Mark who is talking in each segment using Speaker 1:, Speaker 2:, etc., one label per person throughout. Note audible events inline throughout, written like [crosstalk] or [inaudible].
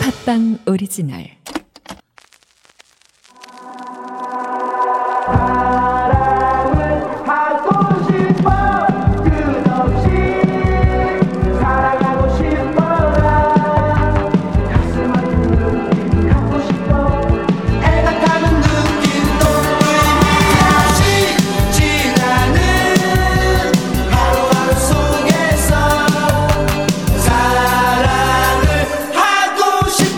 Speaker 1: 팟빵 오리지널
Speaker 2: 사랑을 하고 싶어 끝없이 사랑하고 싶어라 가슴 아픈 눈빛 갖고 싶어 애틋하는 눈빛도 다시 지나는 하루하루 속에서 사랑을 하고 싶어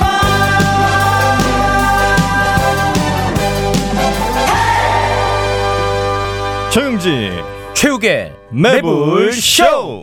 Speaker 3: 조용지
Speaker 4: 최욱의
Speaker 3: 매불 쇼.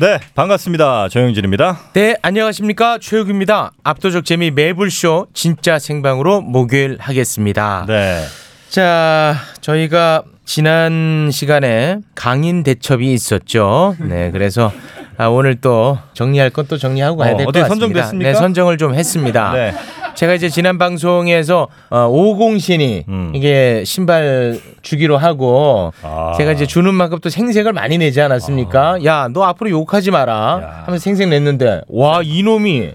Speaker 3: 네 반갑습니다 조용진입니다.
Speaker 4: 네 안녕하십니까 최욱입니다 압도적 재미 매불쇼 진짜 생방으로 목요일 하겠습니다
Speaker 3: 네
Speaker 4: 자 저희가 지난 시간에 강인 대첩이 있었죠 네 그래서 아, 오늘 또 정리할 건 또 정리하고 가야
Speaker 3: 어,
Speaker 4: 될 것
Speaker 3: 어디
Speaker 4: 같습니다
Speaker 3: 선정됐습니까?
Speaker 4: 네 선정을 좀 했습니다
Speaker 3: 네.
Speaker 4: 제가 이제 지난 방송에서 어, 오공신이
Speaker 3: 음.
Speaker 4: 이게 신발 주기로 하고
Speaker 3: 아.
Speaker 4: 제가 이제 주는 만큼 또 생색을 많이 내지 않았습니까? 야 너 앞으로 욕하지 마라 하면서 생색 냈는데 와 이놈이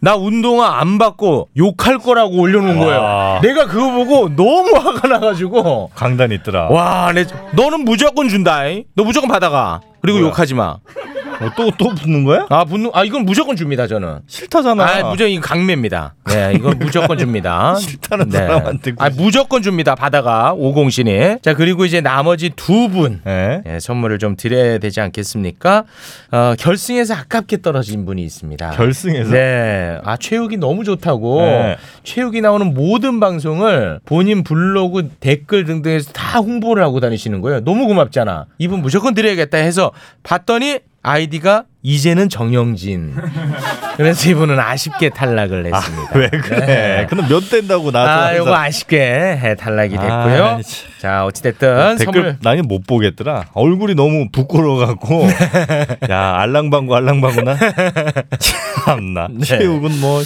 Speaker 4: 나 운동화 안 받고 욕할 거라고 올려놓은
Speaker 3: 와.
Speaker 4: 거예요. 내가 그거 보고 너무 화가 나가지고
Speaker 3: 강단 있더라.
Speaker 4: 와 내, 너는 무조건 준다. 너 무조건 받아가. 그리고
Speaker 3: 뭐야?
Speaker 4: 욕하지 마.
Speaker 3: 어, 또또 붙는 거야?
Speaker 4: 아 분노 아 이건 무조건 줍니다 저는.
Speaker 3: 싫다잖아.
Speaker 4: 아, 무조건 이거 강매입니다. 네, 이건 무조건 줍니다.
Speaker 3: [laughs] 싫다는 사람한테
Speaker 4: 아, 무조건 줍니다. 바다가 오공신이. 자, 그리고 이제 나머지 두 분. [laughs]
Speaker 3: 네.
Speaker 4: 예, 선물을 좀 드려야 되지 않겠습니까? 어, 결승에서 아깝게 떨어진 분이 있습니다.
Speaker 3: 결승에서?
Speaker 4: 네. 아, 최욱이 너무 좋다고.
Speaker 3: 네.
Speaker 4: 최욱이 나오는 모든 방송을 본인 블로그 댓글 등등에서 다 홍보를 하고 다니시는 거예요. 너무 고맙잖아. 이분 무조건 드려야겠다 해서 봤더니 아이디가 이제는
Speaker 3: [laughs]
Speaker 4: 정영진. 그래서 이분은 아쉽게 탈락을 했습니다.
Speaker 3: 왜 그래?
Speaker 4: 네.
Speaker 3: 그럼 몇 된다고 나한테
Speaker 4: 아, 요거 아쉽게 예, 탈락이 됐고요.
Speaker 3: 아니, 참. 네,
Speaker 4: 자, 어찌됐든
Speaker 3: 댓글
Speaker 4: 선물
Speaker 3: 나는 못 보겠더라. 얼굴이 너무 부끄러워갖고 야 알랑방구 알랑방구나 참나
Speaker 4: 네.
Speaker 3: 체육은 뭐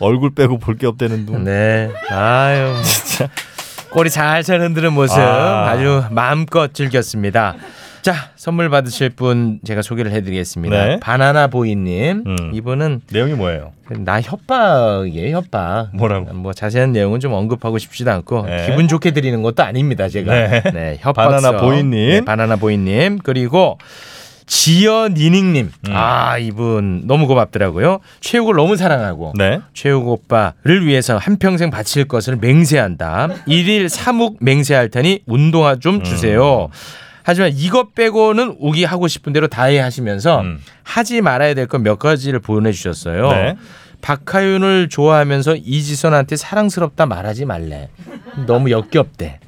Speaker 3: 얼굴 빼고 볼 게 없다는 둥.
Speaker 4: 네. 아유.
Speaker 3: 진짜
Speaker 4: 꼬리 살살 흔드는 모습
Speaker 3: 뭐. 아.
Speaker 4: 아. 주 마음껏 즐겼습니다. 자, 선물 받으실 분 제가 소개를 해드리겠습니다.
Speaker 3: 네.
Speaker 4: 바나나 보이님.
Speaker 3: 음.
Speaker 4: 이분은
Speaker 3: 내용이 뭐예요?
Speaker 4: 나 협박이에요, 협박.
Speaker 3: 뭐라고?
Speaker 4: 뭐 자세한 내용은 좀 언급하고 싶지도 않고
Speaker 3: 네.
Speaker 4: 기분 좋게 드리는 것도 아닙니다, 제가.
Speaker 3: 네. [laughs]
Speaker 4: 협박.
Speaker 3: 바나나 보이님.
Speaker 4: 바나나 보이님. 그리고 지연 니닝님.
Speaker 3: 음.
Speaker 4: 아, 이분 너무 고맙더라고요. 최욱을 너무 사랑하고.
Speaker 3: 네.
Speaker 4: 최욱 오빠를 위해서 한평생 바칠 것을 맹세한다. 일일 삼욱 맹세할 테니 운동화 좀
Speaker 3: 음.
Speaker 4: 주세요. 하지만 이것 빼고는 우기 하고 싶은 대로 다 해 하시면서
Speaker 3: 음.
Speaker 4: 하지 말아야 될 건 몇 가지를 보내주셨어요.
Speaker 3: 네.
Speaker 4: 박하윤을 좋아하면서 이지선한테 사랑스럽다 말하지 말래. 너무 역겹대.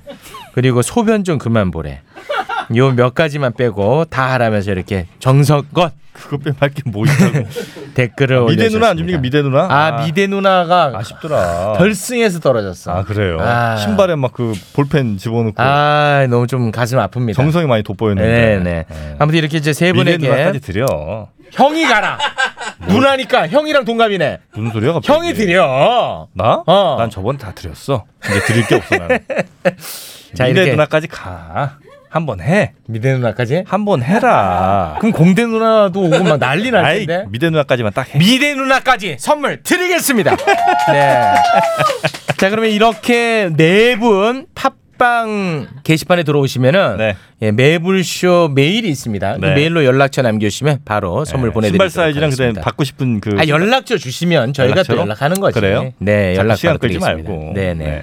Speaker 4: 그리고 소변 좀 그만 보래. 요 몇 가지만 빼고 다 하라면서 이렇게 정성껏
Speaker 3: 그거 빼말 게뭐 있다고.
Speaker 4: 댓글을 올려주셨습니다.
Speaker 3: 미대 누나 안 줍니까? 미대 누나?
Speaker 4: 어, 아, 미대 누나가
Speaker 3: 아쉽더라.
Speaker 4: 결승에서 떨어졌어.
Speaker 3: 아 그래요.
Speaker 4: 아.
Speaker 3: 신발에 막 그 볼펜 집어넣고
Speaker 4: 아, 너무 좀 가슴 아픕니다.
Speaker 3: 정성이 많이 돋보였는데.
Speaker 4: 네, 네. 아무튼 이렇게 이제 세
Speaker 3: 미대 누나까지 뭐.
Speaker 4: 분에게
Speaker 3: 드려.
Speaker 4: 형이 가라. 누나니까 형이랑 동갑이네.
Speaker 3: 무슨 소리야 갑자기?
Speaker 4: 형이 드려.
Speaker 3: 나?
Speaker 4: 어.
Speaker 3: 난 저번에 다 드렸어. 이제 드릴 게 없어 나는.
Speaker 4: [laughs] 자,
Speaker 3: 미래
Speaker 4: 이렇게
Speaker 3: 누나까지 가. 한번 해.
Speaker 4: 미대 누나까지?
Speaker 3: 한번
Speaker 4: [laughs]
Speaker 3: 해라.
Speaker 4: 그럼 공대 누나도 오고 막 난리 날
Speaker 3: 아이
Speaker 4: 텐데.
Speaker 3: 예. 미대 누나까지만 딱 해.
Speaker 4: 미대 누나까지 선물 드리겠습니다. [laughs] 네. 자, 그러면 이렇게 네 분 팟빵 게시판에 들어오시면은
Speaker 3: 네.
Speaker 4: 예, 매불쇼 메일이 있습니다.
Speaker 3: 네.
Speaker 4: 그 메일로 연락처 남겨주시면 바로 선물 보내드리겠습니다.
Speaker 3: 신발 사이즈랑 그다음 받고 싶은 그
Speaker 4: 아 연락처 주시면 저희가
Speaker 3: 연락처로?
Speaker 4: 또 연락하는 거지.
Speaker 3: 그래요?
Speaker 4: 네,
Speaker 3: 자꾸
Speaker 4: 연락
Speaker 3: 시간 끌지
Speaker 4: 받아드리겠습니다.
Speaker 3: 말고.
Speaker 4: 네,
Speaker 3: 네.
Speaker 4: 네.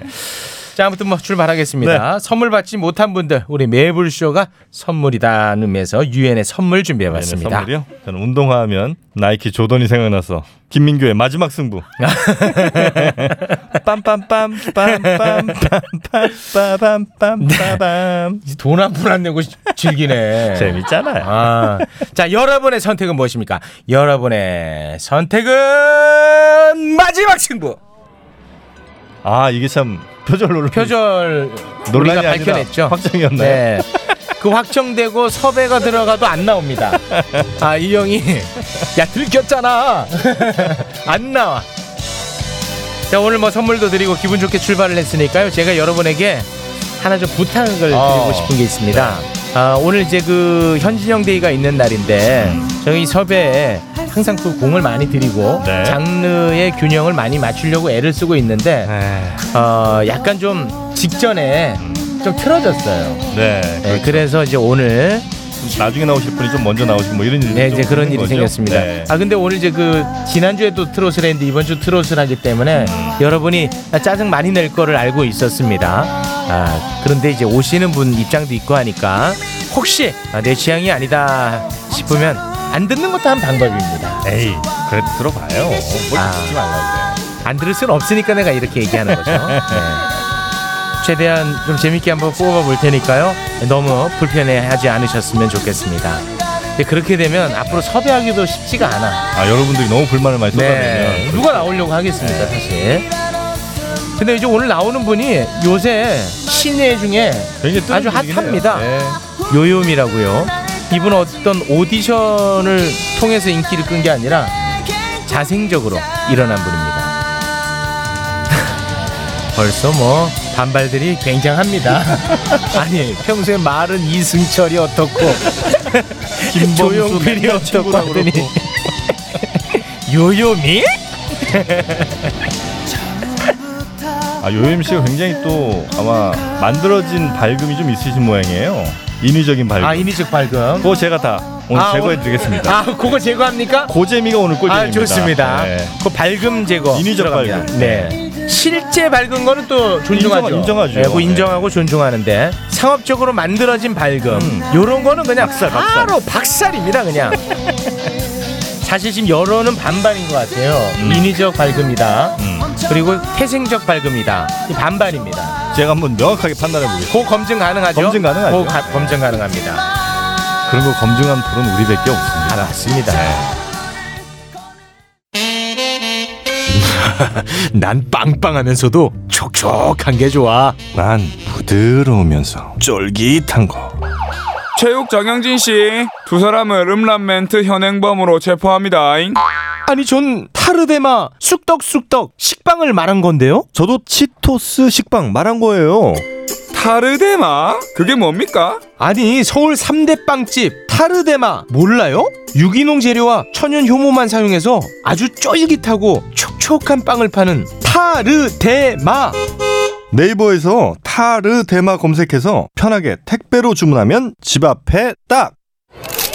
Speaker 4: 자, 아무튼 뭐 출발하겠습니다. 선물 받지 못한 분들 우리 매불쇼가 선물이다는 의미에서 유엔의 선물 준비해봤습니다.
Speaker 3: 네, 선물이요? 저는 운동화하면 나이키 조던이 생각나서 김민규의 마지막
Speaker 4: [laughs]
Speaker 3: 승부. 빰빰빰빰빰빰빰빰빰빰
Speaker 4: 돈 한 푼 안 내고
Speaker 3: [laughs]
Speaker 4: 즐기네.
Speaker 3: 재밌잖아요.
Speaker 4: 아, 자 여러분의 선택은 무엇입니까? 여러분의 선택은 마지막 승부.
Speaker 3: 아 이게 참 표절 논란.
Speaker 4: 표절
Speaker 3: 논란이
Speaker 4: 우리가
Speaker 3: 아니라
Speaker 4: 밝혀냈죠.
Speaker 3: 확정이었나요?
Speaker 4: 네. 그 확정되고 섭외가 들어가도 안 나옵니다. 아
Speaker 3: [laughs]
Speaker 4: 이 형이 야 들켰잖아. 안 나와. 자 오늘 뭐 선물도 드리고 기분 좋게 출발을 했으니까요. 제가 여러분에게 하나 좀 부탁을
Speaker 3: 어. 네.
Speaker 4: 드리고 싶은 게 있습니다. 아, 오늘 이제 그 현진영 데이가 있는 날인데 저희 섭외에 항상 그 공을 많이 드리고
Speaker 3: 네.
Speaker 4: 장르의 균형을 많이 맞추려고 애를 쓰고 있는데
Speaker 3: 네.
Speaker 4: 어, 약간 좀 직전에 좀 틀어졌어요.
Speaker 3: 네.
Speaker 4: 네, 그래서 이제 오늘
Speaker 3: 나중에 나오실 분이 좀 먼저 나오시고 뭐 이런 일이
Speaker 4: 네,
Speaker 3: 좀
Speaker 4: 이제 그런
Speaker 3: 있는
Speaker 4: 일이
Speaker 3: 거죠?
Speaker 4: 생겼습니다.
Speaker 3: 네.
Speaker 4: 아 근데 오늘 이제 그 지난주에 또 트롯을 했는데 이번 주 트롯을 하기 때문에 여러분이 짜증 많이 낼 거를 알고 있었습니다. 아 그런데 이제 오시는 분 입장도 있고 하니까 혹시 아, 내 취향이 아니다 싶으면 안 듣는 것도 한 방법입니다.
Speaker 3: 에이, 그래도 들어봐요. 뭘 듣지
Speaker 4: 아.
Speaker 3: 말라고 그래.
Speaker 4: 안 들을 수는 없으니까 내가 이렇게 얘기하는
Speaker 3: [laughs]
Speaker 4: 거죠. 네. 최대한 좀 재밌게 한번 뽑아 볼 테니까요. 너무 불편해하지 않으셨으면 좋겠습니다. 근데 그렇게 되면 앞으로 섭외하기도 쉽지가 않아.
Speaker 3: 아, 여러분들이 너무 불만을 많이
Speaker 4: 네.
Speaker 3: 쏟아내면
Speaker 4: 누가 나오려고 하겠습니까, 사실. 근데 이제 오늘 나오는 분이 요새 신예 중에
Speaker 3: 굉장히 뜨는
Speaker 4: 아주
Speaker 3: 분이긴 해요.
Speaker 4: 핫합니다.
Speaker 3: 네.
Speaker 4: 요요미라고요. 이분 어떤 오디션을 통해서 인기를 끈 게 아니라 자생적으로 일어난 분입니다. [laughs] 벌써 뭐 반발들이 굉장합니다. [laughs] 아니 평소에 말은
Speaker 3: [laughs]
Speaker 4: 이승철이 어떻고 조용필이
Speaker 3: 맨날
Speaker 4: 어떻고
Speaker 3: 친구라고
Speaker 4: 하더니
Speaker 3: 그러고.
Speaker 4: [laughs] 요요미?
Speaker 3: 아, 요임 씨가 굉장히 또 아마 만들어진 밝음이 좀 있으신 모양이에요. 인위적인 밝음.
Speaker 4: 아 인위적 발금.
Speaker 3: 그거 제가 다 오늘
Speaker 4: 아,
Speaker 3: 제거해
Speaker 4: 오늘-
Speaker 3: 드리겠습니다.
Speaker 4: 아, 그거 제거합니까?
Speaker 3: 고재미가 오늘 꼴찌입니다.
Speaker 4: 아, 좋습니다. 그 밝음 제거.
Speaker 3: 네. 인위적
Speaker 4: 들어갑니다.
Speaker 3: 밝음.
Speaker 4: 네. 실제 밝은 거는 또 존중하죠.
Speaker 3: 인정- 인정하죠.
Speaker 4: 네, 그거 인정하고 존중하는데 상업적으로 만들어진 밝음. 요런 거는 그냥
Speaker 3: 박살.
Speaker 4: 바로 박살입니다, 그냥. 사실 지금 여론은 반반인 것 같아요. 인위적 밝음이다.
Speaker 3: 음.
Speaker 4: 그리고 태생적 밝음이다. 이 반반입니다.
Speaker 3: 제가 한번 명확하게 판단해 보겠습니다.
Speaker 4: 그 검증 가능하죠?
Speaker 3: 검증 가능하죠.
Speaker 4: 그거 가- 검증 가능합니다.
Speaker 3: 그런 거 검증한 분은 우리밖에
Speaker 4: 아,
Speaker 3: 없습니다.
Speaker 4: 맞습니다.
Speaker 1: 예. [laughs] 난 빵빵하면서도 촉촉한 게 좋아.
Speaker 3: 난 부드러우면서 쫄깃한 거.
Speaker 5: 체육 정영진 씨, 두 사람을 음란멘트 현행범으로 체포합니다.
Speaker 1: 아니 전 타르데마 쑥떡쑥떡 식빵을 말한 건데요.
Speaker 3: 저도 치토스 식빵 말한 거예요.
Speaker 5: 타르데마? 그게 뭡니까?
Speaker 1: 아니 서울 3대 빵집 타르데마 몰라요? 유기농 재료와 천연 효모만 사용해서 아주 쫄깃하고 촉촉한 빵을 파는 타르데마.
Speaker 3: 네이버에서 타르 대마 검색해서 편하게 택배로 주문하면 집 앞에 딱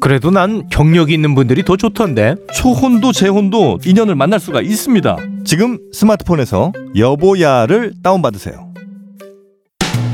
Speaker 1: 그래도 난 경력이 있는 분들이 더 좋던데.
Speaker 3: 초혼도 재혼도 인연을 만날 수가 있습니다. 지금 스마트폰에서 여보야를 다운받으세요.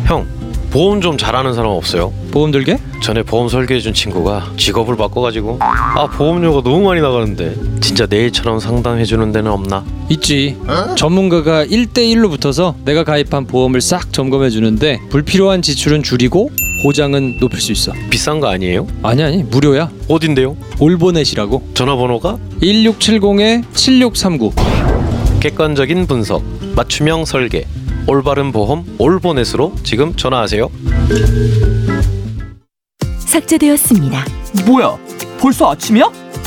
Speaker 6: 형 보험 좀 잘하는 사람 없어요?
Speaker 7: 보험 들게?
Speaker 6: 전에 보험 설계해준 친구가 직업을 바꿔가지고 아 보험료가 너무 많이 나가는데 진짜 내일처럼 상담해주는 데는 없나?
Speaker 7: 있지. 전문가가 1대1로 붙어서 내가 가입한 보험을 싹 점검해 주는데 불필요한 지출은 줄이고 보장은 높일 수 있어.
Speaker 6: 비싼 거 아니에요?
Speaker 7: 아니 아니 무료야.
Speaker 6: 어딘데요?
Speaker 7: 올보넷이라고.
Speaker 6: 전화번호가
Speaker 7: 1670-7639.
Speaker 6: 객관적인 분석 맞춤형 설계 올바른 보험 올보넷으로 지금 전화하세요
Speaker 8: 삭제되었습니다.
Speaker 9: 뭐야? 벌써 아침이야?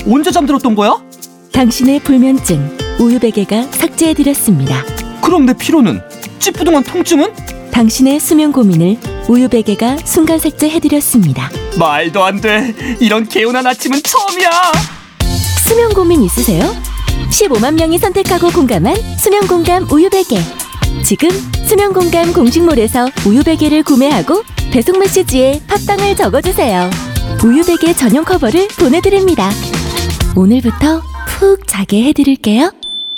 Speaker 9: 언제 잠들었던 거야?
Speaker 8: 당신의 불면증 우유베개가 삭제해드렸습니다.
Speaker 9: 그럼 내 피로는? 찌뿌둥한 통증은?
Speaker 8: 당신의 수면 고민을 우유베개가 순간 삭제해드렸습니다.
Speaker 9: 말도 안 돼. 이런 개운한 아침은 처음이야.
Speaker 8: 수면 고민 있으세요? 15만 명이 선택하고 공감한 수면 공감 우유베개. 지금 수면 공감 공식몰에서 우유베개를 구매하고 배송 메시지에 팟빵을 적어주세요. 우유베개 전용 커버를 보내드립니다. 오늘부터 푹 자게 해드릴게요.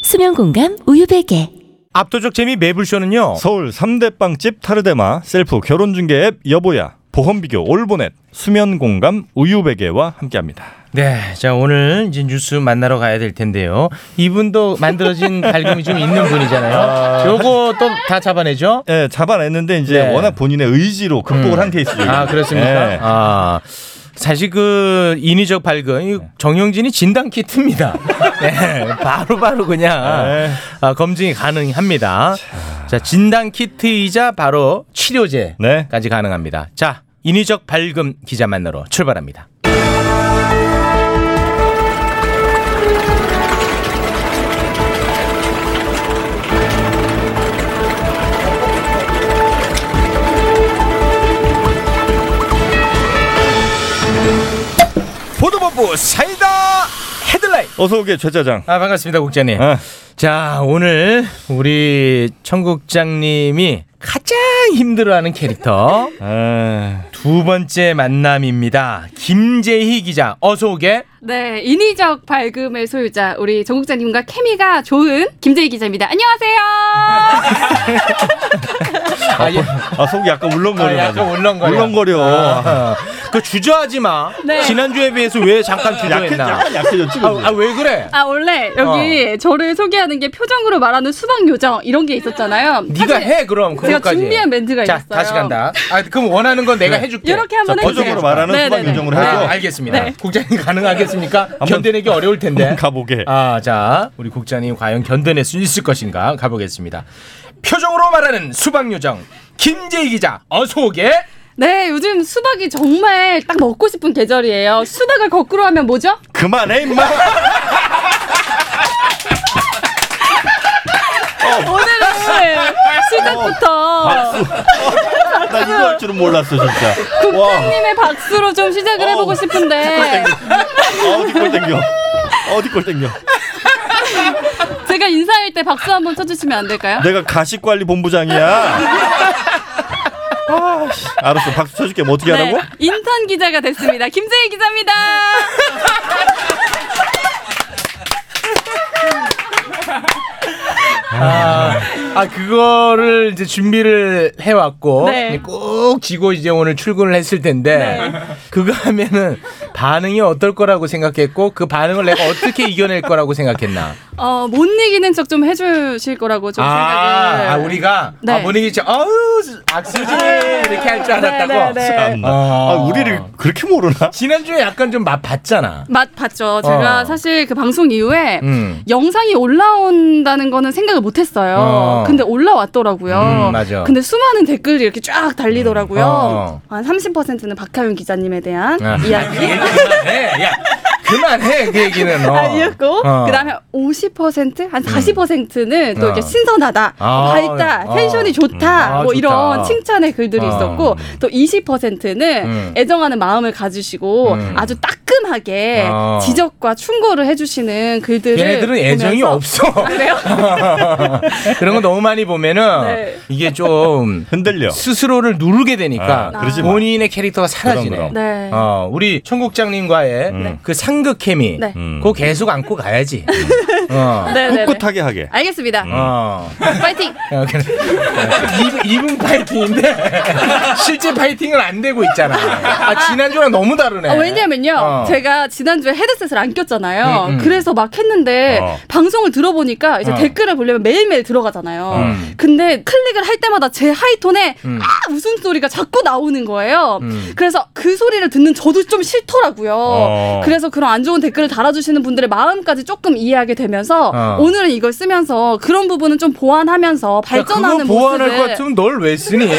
Speaker 8: 수면 공감 우유베개.
Speaker 4: 압도적 재미 매불쇼는요.
Speaker 3: 서울 3대 빵집 타르데마 셀프 결혼중개 앱 여보야 보험비교 올보넷 수면공감 우유베개와 함께합니다.
Speaker 4: 네, 자 오늘 이제 뉴스 만나러 가야 될 텐데요. 이분도 만들어진 [laughs] 밝음이 좀 있는 분이잖아요. 요거 또 다 잡아내죠.
Speaker 3: 예, 잡아냈는데 이제
Speaker 4: 네.
Speaker 3: 워낙 본인의 의지로 극복을 한 케이스죠.
Speaker 4: 아 그렇습니까?
Speaker 3: 예.
Speaker 4: 아 사실 그 인위적 발견 이 정영진이
Speaker 3: [laughs]
Speaker 4: 진단 키트입니다. 네, 바로 바로
Speaker 3: 예.
Speaker 4: 그냥 아, 검증이 가능합니다. 자, 진단 키트이자 바로 치료제
Speaker 3: 네.
Speaker 4: 까지 가능합니다. 자, 인위적 발금 기자 만나러 출발합니다. 보도본부 사이다 헤드라인.
Speaker 3: 어서 오게 최짜장.
Speaker 4: 아 반갑습니다 국장님.
Speaker 3: 아,
Speaker 4: 자 오늘 우리 청국장님이 가장 힘들어하는 캐릭터
Speaker 3: 아,
Speaker 4: 두 번째 만남입니다. 김재희 기자 어서 오게.
Speaker 10: 네, 인위적 발금의 소유자 우리 정국자님과 케미가 좋은 김재희 기자입니다. 안녕하세요.
Speaker 4: 아, 예.
Speaker 3: 아 속이 약간
Speaker 4: 아,
Speaker 3: 울렁거려.
Speaker 4: 약간 울렁거려.
Speaker 3: 울렁거려.
Speaker 4: 아, 그 주저하지 마.
Speaker 10: 네.
Speaker 4: 지난주에 비해서 왜 잠깐
Speaker 3: 약해,
Speaker 4: 주저했나?
Speaker 3: 약간 약해졌지.
Speaker 4: 아,
Speaker 3: 그지?
Speaker 4: 아, 왜 그래?
Speaker 10: 아 원래 여기
Speaker 3: 어.
Speaker 10: 저를 소개하는 게 표정으로 말하는 수박 요정 이런 게 있었잖아요.
Speaker 4: 네가
Speaker 10: 사실
Speaker 4: 해 그럼
Speaker 10: 제가
Speaker 4: 그거까지.
Speaker 10: 준비한 멘트가
Speaker 4: 자,
Speaker 10: 있었어요.
Speaker 4: 다시 간다. 아, 그럼 원하는 건 내가 해줄게.
Speaker 10: 이렇게 한번
Speaker 4: 자,
Speaker 10: 해주세요.
Speaker 3: 표정으로 말하는
Speaker 10: 네네네.
Speaker 3: 수박 요정으로
Speaker 4: 아,
Speaker 3: 해줘.
Speaker 4: 알겠습니다.
Speaker 10: 네.
Speaker 4: 국장님 [laughs] 가능하겠습니까? 견뎌내기 어려울 텐데.
Speaker 3: 한번
Speaker 4: [laughs]
Speaker 3: 가보게.
Speaker 4: 아, 자, 우리 국장님 과연 견뎌낼 수 있을 것인가 가보겠습니다. 표정으로 말하는 수박 요정 김재희 기자 어서 오게.
Speaker 10: 네, 요즘 수박이 정말 딱 먹고 싶은 계절이에요. 수박을 거꾸로 하면 뭐죠?
Speaker 3: 그만해 임마. 어,
Speaker 10: 오늘은 시작부터
Speaker 3: 나 이거 할 줄은 몰랐어 진짜. 와. 어.
Speaker 10: 국장님의 박수로 좀 시작을 해보고
Speaker 3: [laughs]
Speaker 10: 싶은데
Speaker 3: 아, 어디 걸 땡겨. 어디 걸 땡겨.
Speaker 10: 제가 인사할 때 박수 한번 쳐주시면 안 될까요?
Speaker 3: 내가 가식관리 본부장이야. 아, 씨. 알았어. 박수 쳐줄게. 뭐 어떻게 하라고?
Speaker 10: 네.
Speaker 4: 네.
Speaker 10: 인턴 기자가 됐습니다. 김재희 기자입니다.
Speaker 4: 아 그거를 이제 준비를 해왔고
Speaker 10: 네.
Speaker 4: 꼭 지고 이제 오늘 출근을 했을 텐데 그거 하면은 반응이 어떨 거라고 생각했고 그 반응을 내가 어떻게 이겨낼 거라고 생각했나?
Speaker 10: 어, 못 이기는 척 좀 해주실 거라고 좀 생각을.
Speaker 4: 아 우리가
Speaker 10: 네.
Speaker 4: 아 분위기 진짜 아우 악수지 이렇게 할 줄 알았다고.
Speaker 10: 네, 네, 네.
Speaker 3: 참나. 아, 우리를 그렇게 모르나?
Speaker 4: 지난주에 약간 좀 맛 봤잖아.
Speaker 10: 맛 봤죠. 제가
Speaker 4: 어.
Speaker 10: 사실 그 방송 이후에
Speaker 4: 음.
Speaker 10: 영상이 올라온다는 거는 생각을 못 했어요.
Speaker 4: 어.
Speaker 10: 근데 올라왔더라고요.
Speaker 4: 음, 맞아.
Speaker 10: 근데 수많은 댓글이 이렇게 쫙 달리더라고요.
Speaker 4: 어.
Speaker 10: 한 30%는 박하윤 기자님에 대한
Speaker 4: 아.
Speaker 10: 이야기.
Speaker 4: [laughs] 그만해. 야, 그만해 그 얘기는. 어.
Speaker 10: 아니었고
Speaker 4: 어. 음.
Speaker 10: 그다음에 50%한 40%는 또
Speaker 4: 어.
Speaker 10: 이렇게 신선하다, 뭐
Speaker 4: 아,
Speaker 10: 밝다,
Speaker 4: 어.
Speaker 10: 텐션이 좋다
Speaker 4: 아,
Speaker 10: 뭐
Speaker 4: 좋다.
Speaker 10: 이런 칭찬의 글들이
Speaker 4: 어.
Speaker 10: 있었고 또 20%는
Speaker 4: 음.
Speaker 10: 애정하는 마음을 가지시고
Speaker 4: 음.
Speaker 10: 아주 따끔하게
Speaker 4: 어.
Speaker 10: 지적과 충고를 해주시는 글들을
Speaker 4: 걔네들은 애정이
Speaker 10: 보면서- 아,
Speaker 4: 없어. [laughs]
Speaker 10: 그래요?
Speaker 4: 그런 거 너무 많이 보면은
Speaker 10: 네.
Speaker 4: 이게 좀
Speaker 3: 흔들려.
Speaker 4: 네, 스스로를 누르게 되니까
Speaker 3: 아, 그러지 마.
Speaker 4: 본인의 캐릭터가 사라지네.
Speaker 3: 그럼,
Speaker 10: 네.
Speaker 4: 어, 우리 청국장님과의
Speaker 3: 네.
Speaker 4: 그 상극 케미
Speaker 10: 네.
Speaker 3: 음.
Speaker 4: 그거 계속 안고 가야지. 어.
Speaker 10: 네, 네, 네.
Speaker 3: 꿋꿋하게 하게.
Speaker 10: 알겠습니다.
Speaker 4: 어.
Speaker 10: 파이팅.
Speaker 4: 어, 그래. 이- 이분 파이팅인데 [laughs] 실제 파이팅은 안 되고 있잖아. 아, 지난주랑 너무 다르네.
Speaker 10: 아, 왜냐면요,
Speaker 4: 어. 음,
Speaker 10: 제가 지난주에 헤드셋을 안 꼈잖아요. 그래서 막 했는데,
Speaker 3: 어.
Speaker 10: 방송을 들어보니까 이제
Speaker 4: 어.
Speaker 10: 댓글을 보려면 매일매일 들어가잖아요.
Speaker 4: 음.
Speaker 10: 근데 클릭을 할 때마다 제 하이톤에 아! 웃음소리가 자꾸 나오는 거예요.
Speaker 4: 음.
Speaker 10: 그래서 그 소리를 듣는 저도 좀 싫더라고요.
Speaker 3: 어.
Speaker 10: 그래서 그런 안 좋은 댓글을 달아주시는 분들의 마음까지 조금 이해하게 되면서,
Speaker 4: 어.
Speaker 10: 오늘은 이걸 쓰면서 그런 부분은 좀 보완하면서
Speaker 4: 야, 그러니까 그거
Speaker 10: 발전하는
Speaker 4: 보완할 것
Speaker 10: 모습을. 아,
Speaker 4: 같으면 널 왜
Speaker 10: [laughs]
Speaker 4: 쓰니? [laughs]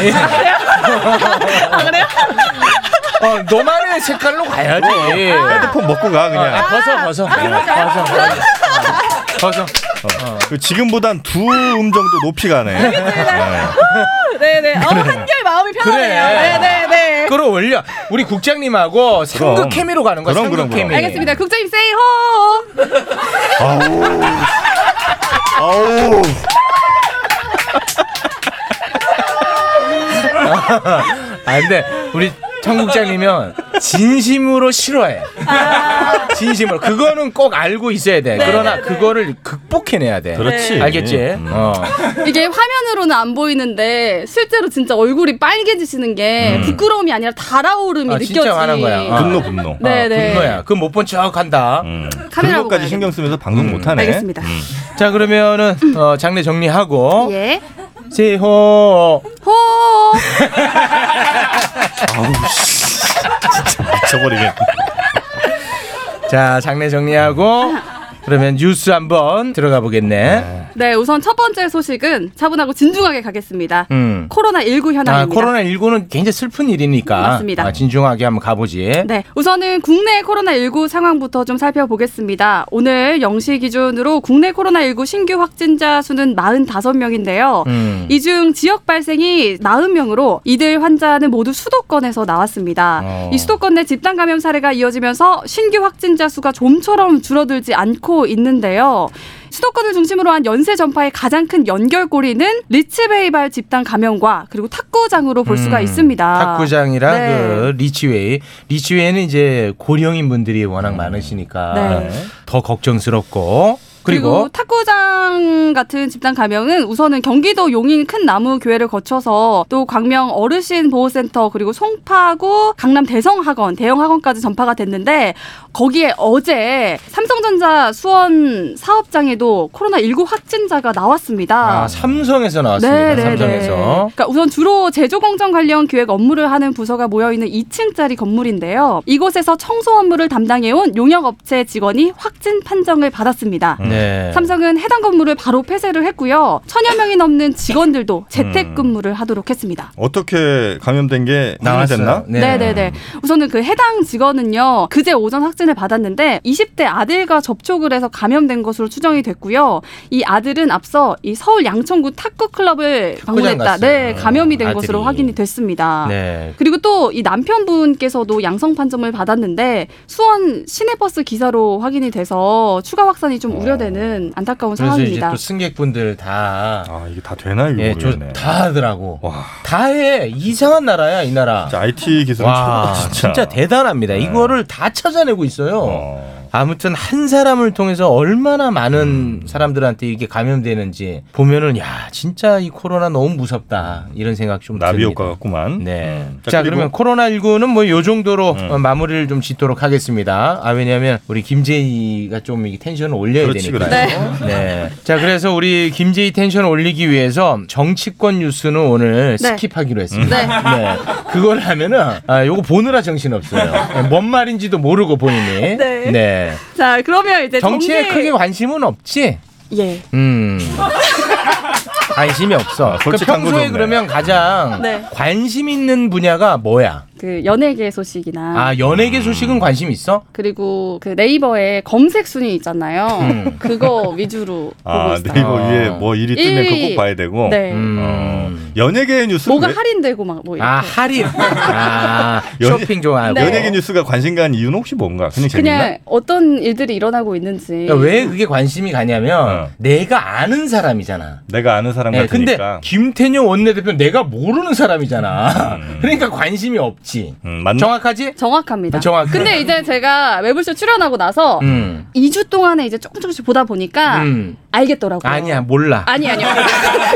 Speaker 4: 어, 너만의 색깔로 가야지.
Speaker 10: 아,
Speaker 3: 핸드폰 먹고 가 그냥.
Speaker 4: 아, 벗어, 벗어. 벗어, 벗어. 벗어.
Speaker 3: 그 지금보단 두 음 정도 높이 가네.
Speaker 10: 네네. 어, 한결 마음이 편하네요.
Speaker 4: 그래.
Speaker 10: 네네네.
Speaker 4: 끌어올려. 우리 국장님하고 상극 케미로 가는 거야.
Speaker 3: 그럼,
Speaker 4: 상극
Speaker 3: 그럼, 그럼.
Speaker 4: 케미.
Speaker 10: 알겠습니다. 국장님 세이호.
Speaker 3: 아우.
Speaker 4: 아, 근데 우리 청국장님은 진심으로 싫어해.
Speaker 10: 아.
Speaker 4: 진심으로. 그거는 꼭 알고 있어야 돼.
Speaker 10: 네,
Speaker 4: 그러나 그거를 극복해내야 돼.
Speaker 3: 그렇지. 음.
Speaker 4: 알겠지? 어.
Speaker 10: 이게 화면으로는 안 보이는데 실제로 진짜 얼굴이 빨개지시는 게 부끄러움이 아니라 달아오름이
Speaker 4: 음. 아,
Speaker 10: 느껴지.
Speaker 4: 진짜 화난 거야. 아.
Speaker 3: 분노 분노.
Speaker 10: 네네.
Speaker 4: 분노야. 그 못 본 척 한다.
Speaker 3: 음.
Speaker 10: 카메라 보고
Speaker 3: 까지 신경 쓰면서
Speaker 4: 음.
Speaker 3: 방송 못 하네. 음.
Speaker 10: 알겠습니다.
Speaker 4: 자, 그러면은, 어, 장례 정리하고.
Speaker 10: 예.
Speaker 4: 세호.
Speaker 10: 호.
Speaker 3: 미쳐버리겠네.
Speaker 4: 자 장례 정리하고
Speaker 10: [laughs]
Speaker 4: 그러면 뉴스 한번 들어가 보겠네.
Speaker 10: 네, 우선 첫 번째 소식은 차분하고 진중하게 가겠습니다.
Speaker 4: 음.
Speaker 10: 코로나19 현황입니다.
Speaker 4: 아, 코로나19는 굉장히 슬픈 일이니까.
Speaker 10: 맞습니다.
Speaker 4: 아, 진중하게 한번 가보지.
Speaker 10: 네, 우선은 국내 코로나19 상황부터 좀 살펴보겠습니다. 오늘 0시 기준으로 국내 코로나19 신규 확진자 수는 45명인데요.
Speaker 11: 음.
Speaker 10: 이 중 지역 발생이 40명으로 이들 환자는 모두 수도권에서 나왔습니다.
Speaker 11: 어.
Speaker 10: 이 수도권 내 집단 감염 사례가 이어지면서 신규 확진자 수가 좀처럼 줄어들지 않고 있는데요. 수도권을 중심으로 한 연쇄 전파의 가장 큰 연결고리는 리츠베이발 집단 감염과 그리고 탁구장으로 볼 수가
Speaker 4: 음,
Speaker 10: 있습니다.
Speaker 4: 탁구장이랑
Speaker 10: 네.
Speaker 4: 그 리치웨이. 리치웨이는 이제 고령인 분들이
Speaker 3: 음.
Speaker 4: 워낙 많으시니까
Speaker 10: 네.
Speaker 4: 더 걱정스럽고. 그리고,
Speaker 10: 탁구장 같은 집단 감염은 우선은 경기도 용인 큰 나무 교회를 거쳐서 또 광명 어르신 보호센터 그리고 송파구 강남 대성 학원 대형 학원까지 전파가 됐는데 거기에 어제 삼성전자 수원 사업장에도 코로나 19 확진자가 나왔습니다. 네,
Speaker 4: 아, 삼성에서 나왔습니다. 삼성에서.
Speaker 10: 그러니까 우선 주로 제조 공정 관련 기획 업무를 하는 부서가 모여 있는 2층짜리 건물인데요. 이곳에서 청소 업무를 담당해 온 용역 업체 직원이 확진 판정을 받았습니다.
Speaker 3: 음.
Speaker 4: 네.
Speaker 10: 삼성은 해당 건물을 바로 폐쇄를 했고요. 천여 명이 넘는
Speaker 4: 음.
Speaker 10: 직원들도 재택 근무를 하도록 했습니다.
Speaker 3: 어떻게 감염된 게 나왔나?
Speaker 10: 네. 네네 우선은 그 해당 직원은요. 그제 오전 확진을 받았는데 20대 아들과 접촉을 해서 감염된 것으로 추정이 됐고요. 이 아들은 앞서 이 서울 양천구 탁구 클럽을 방문했다.
Speaker 4: 갔어요.
Speaker 10: 네, 감염이 된
Speaker 4: 아들이.
Speaker 10: 것으로 확인이 됐습니다.
Speaker 4: 네.
Speaker 10: 그리고 또 이 남편분께서도 양성 판정을 받았는데 수원 시내버스 기사로 확인이 돼서 추가 확산이 좀 우려되는 안타까운
Speaker 4: 어. 그래서 이제
Speaker 10: 상황입니다.
Speaker 4: 또 승객분들 다.
Speaker 3: 아, 이게 다 되나? 이거
Speaker 4: 예, 저,
Speaker 3: 모르겠네.
Speaker 4: 다 하더라고. 다 해. 이상한 나라야, 이 나라.
Speaker 3: 진짜 IT 기술은 최고다, 진짜. 네.
Speaker 4: 대단합니다. 이거를 다 찾아내고 있어요. 아무튼 한 사람을 통해서 얼마나 많은
Speaker 3: 음.
Speaker 4: 사람들한테 이게 감염되는지 보면은 야 진짜 이 코로나 너무 무섭다 이런 생각 좀
Speaker 3: 나비
Speaker 4: 듭니다.
Speaker 3: 효과 같구만.
Speaker 4: 네.
Speaker 3: 자,
Speaker 4: 자
Speaker 3: 그리고- 음.
Speaker 4: 그러면 코로나 19는 뭐 요 정도로 어, 마무리를 좀 짓도록 하겠습니다. 아 왜냐하면 우리 김재희가 좀 이게 텐션을 올려야
Speaker 3: 그렇지,
Speaker 4: 되니까.
Speaker 3: 그렇지.
Speaker 4: 네. 네. 자 그래서 우리 김재희 텐션 올리기 위해서 정치권 뉴스는 오늘
Speaker 11: 네.
Speaker 4: 스킵하기로 했습니다.
Speaker 11: 네.
Speaker 4: 네. 그걸 하면은 아 요거 보느라 정신 없어요. 뭔 말인지도 모르고 본인이.
Speaker 10: 네.
Speaker 4: 네.
Speaker 10: 자, 그러면 이제
Speaker 4: 정치에
Speaker 10: 정리-
Speaker 4: 크게 관심은 없지.
Speaker 10: 예.
Speaker 3: [laughs]
Speaker 4: 음. 관심이 없어. 그러니까
Speaker 3: 솔직한 거
Speaker 4: 평소에
Speaker 3: 좋네.
Speaker 4: 그러면 가장
Speaker 10: 네.
Speaker 4: 관심 있는 분야가 뭐야?
Speaker 10: 그 연예계 소식이나
Speaker 4: 아 연예계 소식은 관심 있어?
Speaker 10: 그리고 그 네이버에 검색 순위 있잖아요.
Speaker 4: 음.
Speaker 10: 그거
Speaker 4: [laughs]
Speaker 10: 위주로
Speaker 3: 아, 네이버 위에 뭐 일이 뜨면 그거 꼭 봐야 되고.
Speaker 10: 네.
Speaker 4: 음.
Speaker 3: 어, 연예계 뉴스
Speaker 10: 뭐가 할인되고 막뭐
Speaker 3: [laughs]
Speaker 10: 이렇게.
Speaker 4: 할인. 아,
Speaker 3: 연예-
Speaker 4: 쇼핑 좋아하고.
Speaker 10: 네.
Speaker 3: 연예계 뉴스가 관심 가는 이유는 혹시 뭔가? 그냥 재밌나?
Speaker 10: 그냥 어떤 일들이 일어나고 있는지.
Speaker 4: 그러니까 왜 그게 관심이
Speaker 3: 어.
Speaker 4: 가냐면 내가 아는 사람이잖아.
Speaker 3: 내가 아는 사람
Speaker 4: 네, 근데
Speaker 3: 같으니까.
Speaker 4: 김태년 원내대표 내가 모르는 사람이잖아. [laughs] 그러니까 관심이 없지.
Speaker 3: 음. 맞나?
Speaker 4: 정확하지?
Speaker 10: 정확합니다.
Speaker 4: 아, 정확해.
Speaker 10: 근데 이제 제가 웨블쇼 출연하고 나서
Speaker 4: 음.
Speaker 10: 2주 동안에 이제 조금 조금씩 보다 보니까
Speaker 4: 음.
Speaker 10: 알겠더라고요.
Speaker 4: 아니야 몰라. [laughs]
Speaker 10: 아니 아니요.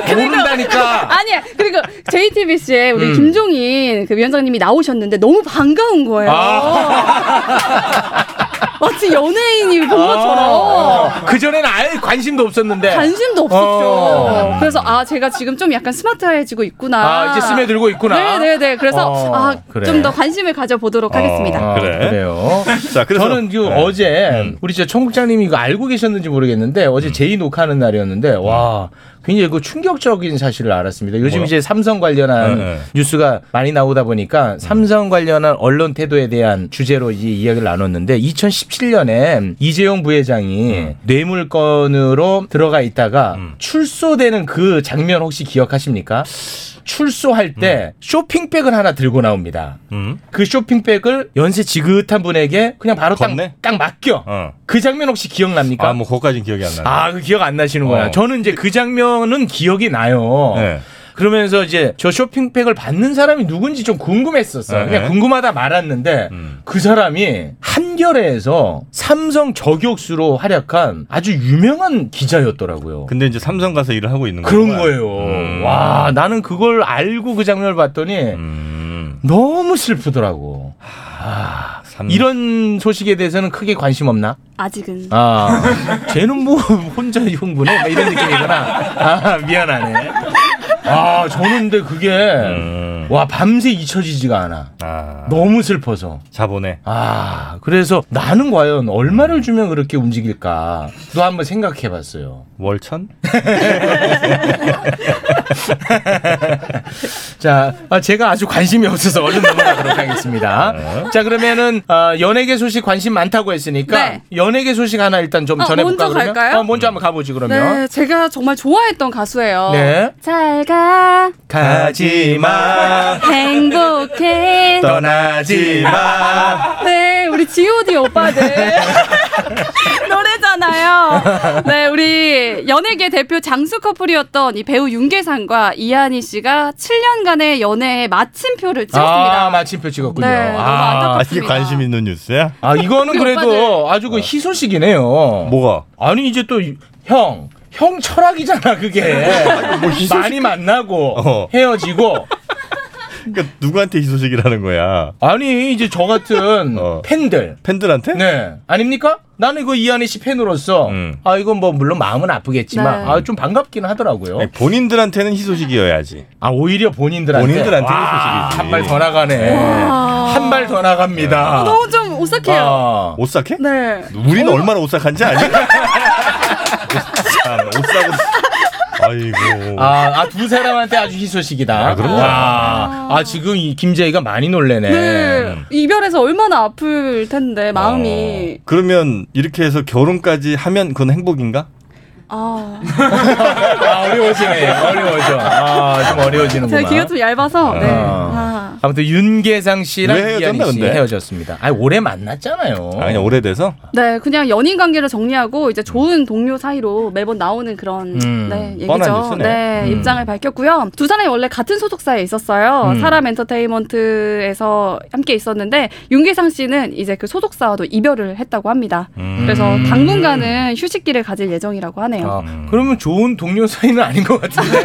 Speaker 4: 모른다니까.
Speaker 10: 아니야. 그리고 JTBC에 우리
Speaker 4: 음.
Speaker 10: 김종인 그 위원장님이 나오셨는데 너무 반가운 거예요.
Speaker 4: 아.
Speaker 10: [laughs] 마치 연예인이 본 것처럼.
Speaker 4: 그 전에는 아예 관심도 없었는데.
Speaker 10: 관심도 없었죠.
Speaker 4: 네. 어.
Speaker 10: 그래서 아 제가 지금 좀 약간 스마트해지고 있구나.
Speaker 4: 아, 이제 스며들고 있구나.
Speaker 10: 네네네. 그래서
Speaker 4: 어,
Speaker 10: 아,
Speaker 4: 그래.
Speaker 10: 좀 더 관심을 가져보도록 하겠습니다.
Speaker 4: 아,
Speaker 3: 그래. [laughs]
Speaker 4: 그래요.
Speaker 3: 자, 그래서 네. 음.
Speaker 4: 저는 그 어제 우리 저 총국장님이 이거 알고 계셨는지 모르겠는데 어제 제이 녹화하는 날이었는데 와 굉장히 그 충격적인 사실을 알았습니다.
Speaker 3: 음.
Speaker 4: 요즘
Speaker 3: 뭐요?
Speaker 4: 이제 삼성 관련한
Speaker 3: 네, 음. 네.
Speaker 4: 뉴스가 많이 나오다 보니까 삼성 관련한 언론 태도에 대한 주제로 이제 이야기를 나눴는데 2017년에 이재용 부회장이
Speaker 3: 음.
Speaker 4: 뇌물건으로 들어가 있다가 출소되는 그 장면 혹시 기억하십니까? 출소할
Speaker 3: 음.
Speaker 4: 때 쇼핑백을 하나 들고 나옵니다. 그 쇼핑백을 연세 지긋한 분에게 그냥 바로 딱, 딱 맡겨. 그 장면 혹시 기억납니까?
Speaker 3: 아, 어. 뭐 그거까진 기억이 안 나네.
Speaker 4: 아, 그 기억 안 나시는구나.
Speaker 3: 어. 네.
Speaker 4: 저는 이제 그 장면은 기억이 나요. 그러면서 이제 저 쇼핑백을 받는 사람이 누군지 좀 궁금했었어요.
Speaker 3: 네. 음.
Speaker 4: 그냥 궁금하다 말았는데 그 사람이 한겨레에서 삼성 저격수로 활약한 아주 유명한 기자였더라고요.
Speaker 3: 근데 이제 삼성 가서 일을 하고 있는
Speaker 4: 그런
Speaker 3: 그 거구만.
Speaker 4: 거예요.
Speaker 3: 음.
Speaker 4: 와, 나는 그걸 알고 그 장면을 봤더니
Speaker 3: 음.
Speaker 4: 너무 슬프더라고. 아, 이런 소식에 대해서는 크게 관심 없나?
Speaker 10: 아직은.
Speaker 4: 아, [laughs] 쟤는 뭐 혼자 흥분해? 막 이런 느낌이구나. 아, 미안하네. 아, 저는 근데 그게 와 밤새 잊혀지지가 않아. 너무 슬퍼서.
Speaker 3: 자본에.
Speaker 4: 아 그래서 나는 과연 얼마를 주면 그렇게 움직일까? 또 한번 생각해봤어요. [laughs]
Speaker 3: 월천?
Speaker 4: 자, 아, 제가 아주 관심이 없어서 얼른 넘어가도록 하겠습니다. 자, 그러면은 아, 연예계 소식 관심 많다고 했으니까
Speaker 10: 네.
Speaker 4: 연예계 소식 하나 일단 좀
Speaker 10: 아,
Speaker 4: 전해볼까
Speaker 10: 먼저
Speaker 4: 그러면?
Speaker 10: 갈까요?
Speaker 4: 어, 먼저 한번 가보지 그러면.
Speaker 10: 네, 제가 정말 좋아했던 가수예요.
Speaker 4: 네.
Speaker 10: 잘 가.
Speaker 4: 가지마
Speaker 10: 행복해.
Speaker 4: 네. 떠나지마
Speaker 10: 네, 우리 G.O.D [laughs] 오빠들 노래잖아요. 네, 우리 연예계 대표 장수 커플이었던 이 배우 윤계상과 이하늬 씨가 7년간의 연애에 마침표를 찍었습니다.
Speaker 4: 아, 마침표 찍었군요.
Speaker 10: 네, 너무
Speaker 4: 아,
Speaker 3: 이게 관심 있는 뉴스야?
Speaker 4: 아, 이거는
Speaker 10: 우리
Speaker 4: 그래도 아주 그 희소식이네요. 뭐가? 아니, 이제 또 이- 형. 형 [laughs] 철학이잖아, 그게. 많이 만나고 뭐 헤어지고.
Speaker 3: 그러니까 누구한테 이 소식이라는 거야?
Speaker 4: 아니 이제 저 같은 팬들
Speaker 3: 팬들한테?
Speaker 4: 네 아닙니까? 나는 이거 이한희 씨 팬으로서 아 이건 뭐 물론 마음은 아프겠지만
Speaker 3: 네.
Speaker 4: 아 좀 반갑긴 하더라고요.
Speaker 3: 아니, 본인들한테는 희소식이어야지.
Speaker 4: 아 오히려 본인들한테 예.
Speaker 3: 본인들한테
Speaker 4: 와,
Speaker 3: 희소식이지.
Speaker 4: 한발 더 나가네.
Speaker 10: 와.
Speaker 4: 한 발 더 나갑니다.
Speaker 10: 너무 어, 좀 오싹해요.
Speaker 4: 아.
Speaker 3: 오싹해?
Speaker 10: 네.
Speaker 3: 우리는 얼마나 오싹한지 아니?
Speaker 10: [laughs]
Speaker 3: 참, 오싹은 아이고.
Speaker 4: 아, 아, 두 사람한테 아주 희소식이다. 아, 아, 지금 이 김재희가 많이 놀래네.
Speaker 10: 네. 이별해서 얼마나 아플 텐데 마음이.
Speaker 3: 그러면 이렇게 해서 결혼까지 하면 그건 행복인가?
Speaker 10: 아.
Speaker 4: 아, 어려워지네. 어려워져. 아, 좀 어려워지는구나.
Speaker 10: 제가 귀가 좀 얇아서. 네.
Speaker 4: 아.
Speaker 10: 아.
Speaker 4: 아무튼 윤계상
Speaker 3: 왜
Speaker 4: 씨랑
Speaker 3: 헤어졌나,
Speaker 4: 이한희 씨
Speaker 3: 근데?
Speaker 4: 헤어졌습니다. 아, 오래 만났잖아요.
Speaker 3: 아, 그냥 오래돼서?
Speaker 10: 네, 그냥 연인 관계를 정리하고 이제 좋은 동료 사이로 매번 나오는 그런
Speaker 3: 음,
Speaker 10: 네,
Speaker 3: 뻔한
Speaker 10: 얘기죠.
Speaker 3: 뉴스네.
Speaker 10: 네,
Speaker 3: 음.
Speaker 10: 입장을 밝혔고요. 두 사람이 원래 같은 소속사에 있었어요.
Speaker 3: 음.
Speaker 10: 사람 엔터테인먼트에서 함께 있었는데 윤계상 씨는 이제 그 소속사와도 이별을 했다고 합니다.
Speaker 3: 음.
Speaker 10: 그래서 당분간은 휴식기를 가질 예정이라고 하네요.
Speaker 4: 아,
Speaker 3: 음.
Speaker 4: 그러면 좋은 동료 사이는 아닌 것
Speaker 10: [laughs]
Speaker 4: 같은데.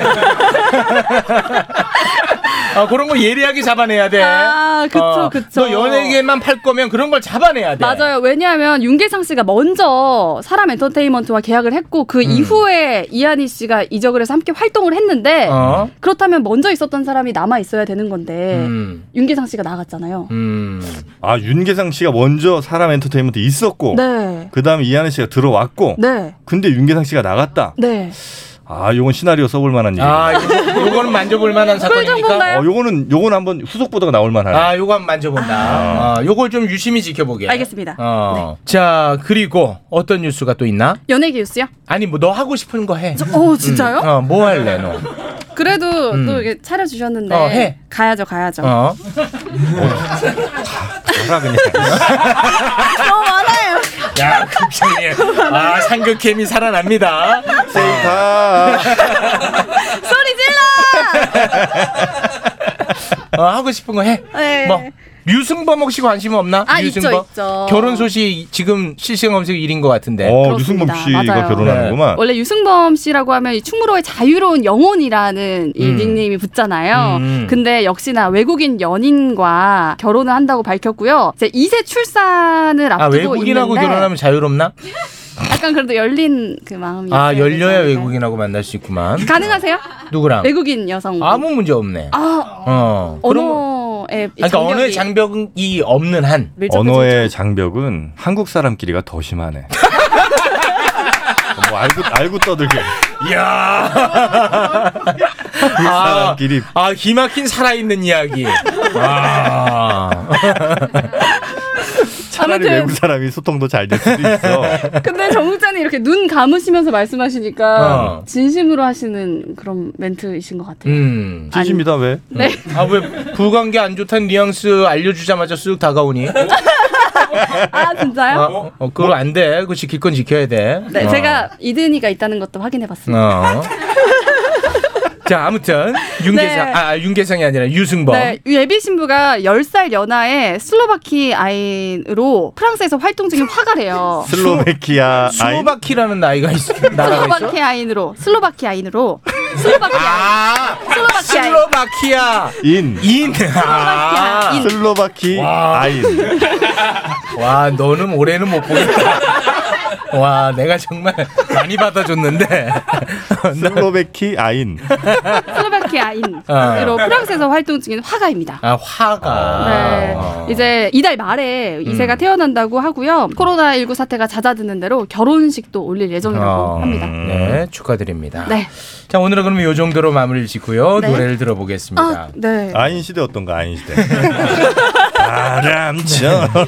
Speaker 4: 아, 그런 거 예리하게 잡아내야 돼. 어,
Speaker 10: 아, 그쵸, 그쵸.
Speaker 4: 너 연예계만 팔 거면 그런 걸
Speaker 3: 네.
Speaker 4: 잡아내야 돼.
Speaker 10: 맞아요. 왜냐하면 윤계상 씨가 먼저 사람 엔터테인먼트와 계약을 했고
Speaker 3: 음.
Speaker 10: 그 이후에 이하늬 씨가 이적을 해서 함께 활동을 했는데
Speaker 3: 아.
Speaker 4: 어.
Speaker 10: 그렇다면 먼저 있었던 사람이 남아 있어야 되는 건데
Speaker 4: 음.
Speaker 10: 윤계상 씨가 나갔잖아요.
Speaker 3: 아, 윤계상 씨가 먼저 사람 엔터테인먼트 있었고
Speaker 10: 네.
Speaker 3: 그다음에 이하늘 씨가 들어왔고
Speaker 10: 네.
Speaker 3: 근데 윤계상 씨가 나갔다.
Speaker 10: 네.
Speaker 3: 아, 요건 시나리오 써볼 만한 일이야.
Speaker 4: 아, 요거- 요거는 만져볼 만한 사건이니까.
Speaker 3: 어, 요거는 요건 한번 후속 보도가 나올 만한.
Speaker 4: 아, 요거 한번 만져본다. 아, 요걸 좀 유심히 지켜보게.
Speaker 10: 알겠습니다.
Speaker 4: 예.
Speaker 10: 네.
Speaker 4: 어. 자, 그리고 어떤 뉴스가 또 있나?
Speaker 10: 연예계 뉴스요?
Speaker 4: 아니, 뭐 너 하고 싶은 거 해.
Speaker 10: 어, 진짜요?
Speaker 4: 음, 어, 뭐 할래, 너?
Speaker 10: 그래도
Speaker 4: 음.
Speaker 10: 또 이게 차려주셨는데
Speaker 4: 어, 해.
Speaker 10: 가야죠, 가야죠.
Speaker 4: 어.
Speaker 3: 가라 [laughs] 그냥.
Speaker 10: 너무 어, 많아요. [laughs]
Speaker 4: 야, 급장님. 아, 상극캠이 살아납니다. 세이카.
Speaker 10: 소리 질러!
Speaker 4: [laughs] 어, 하고 싶은 거 해.
Speaker 10: 네.
Speaker 4: 뭐 류승범 혹시 관심 없나?
Speaker 10: 아, 있죠,
Speaker 4: 류승범?
Speaker 10: 있죠.
Speaker 4: 결혼 소식 지금 실시간 검색 1인 것 같은데.
Speaker 3: 어,
Speaker 10: 그렇습니다. 류승범 씨가 맞아요.
Speaker 4: 어.
Speaker 10: 네. 결혼하는구만. 원래 유승범 씨라고 하면 이 충무로의 자유로운 영혼이라는 이
Speaker 4: 음.
Speaker 10: 닉네임이 붙잖아요.
Speaker 4: 음.
Speaker 10: 근데 역시나 외국인 연인과 결혼을 한다고 밝혔고요. 이제 2세 출산을
Speaker 4: 아,
Speaker 10: 앞두고
Speaker 4: 외국인하고
Speaker 10: 있는데
Speaker 4: 결혼하면 자유롭나?
Speaker 10: 약간 그래도 열린 그 마음이
Speaker 4: 아,
Speaker 10: 있어야
Speaker 4: 열려야
Speaker 10: 되잖아요.
Speaker 4: 외국인하고 만날 수 있구만.
Speaker 10: 가능하세요?
Speaker 4: 누구랑?
Speaker 10: 네. 외국인 여성.
Speaker 4: 아. 아무 문제 없네.
Speaker 10: 아,
Speaker 4: 어.
Speaker 10: 언어의
Speaker 4: 아니, 그러니까
Speaker 10: 장벽이-
Speaker 4: 언어의 장벽이 없는 한
Speaker 3: 언어의 장벽은 한국 사람끼리가 더 심하네. 뭐 알고 알고 떠들게.
Speaker 4: [laughs] 이야. 사람끼리. 아, 아, 기막힌 살아있는 이야기. 아.
Speaker 3: 차라리
Speaker 10: 아무튼-
Speaker 3: 외국 사람이 소통도 잘 될 수도 있어.
Speaker 10: 근데 정국자님 이렇게 눈 감으시면서 말씀하시니까
Speaker 3: 어.
Speaker 10: 진심으로 하시는 그런 멘트이신 것 같아요.
Speaker 4: 음.
Speaker 3: 진심이다 왜?
Speaker 10: 네.
Speaker 4: 아, 왜 부관계 안 좋다는 뉘앙스 알려주자마자 쓱 다가오니?
Speaker 10: 아 진짜요?
Speaker 4: 어, 어, 그거
Speaker 3: 뭐?
Speaker 4: 안 돼. 그거 지킬 건 지켜야 돼.
Speaker 10: 네,
Speaker 4: 어.
Speaker 10: 제가 이든이가 있다는 것도 확인해봤습니다.
Speaker 4: 어. 자, 아무튼 윤계상
Speaker 10: 네.
Speaker 4: 아, 윤계상이 아니라 유승범.
Speaker 10: 네, 예비 신부가 10살 연하의 슬로바키 아인으로 프랑스에서 활동 중인 화가래요.
Speaker 3: 슬로베키아 아이.
Speaker 4: 슬로바키라는 나이가 있어. 나라가 있어.
Speaker 10: 슬로바키 아인으로, 슬로바키 아인으로, 슬로바키
Speaker 4: 아,
Speaker 10: 슬로바키 아인.
Speaker 4: 슬로바키아
Speaker 3: 인.
Speaker 4: 인.
Speaker 10: 슬로바키아 인.
Speaker 3: 슬로바키 아인.
Speaker 4: 와, 너는 올해는 못 보겠다. 와, 내가 정말 많이 받아줬는데.
Speaker 12: 슬로베키 아인.
Speaker 10: 슬로바키아인으로 프랑스에서 활동 중인 화가입니다.
Speaker 4: 아, 화가.
Speaker 10: 네.
Speaker 4: 어.
Speaker 10: 이제 이달 말에 이세가 태어난다고 하고요. 코로나19 사태가 잦아드는 대로 결혼식도 올릴 예정이라고
Speaker 4: 어,
Speaker 10: 합니다.
Speaker 4: 네, 축하드립니다.
Speaker 10: 네.
Speaker 4: 자, 오늘은 그럼 요 정도로 마무리를 짓고요.
Speaker 10: 네.
Speaker 4: 노래를 들어보겠습니다.
Speaker 10: 아, 네.
Speaker 12: 아인 시대 어떤가 아인 시대. 바람처럼.
Speaker 10: 아.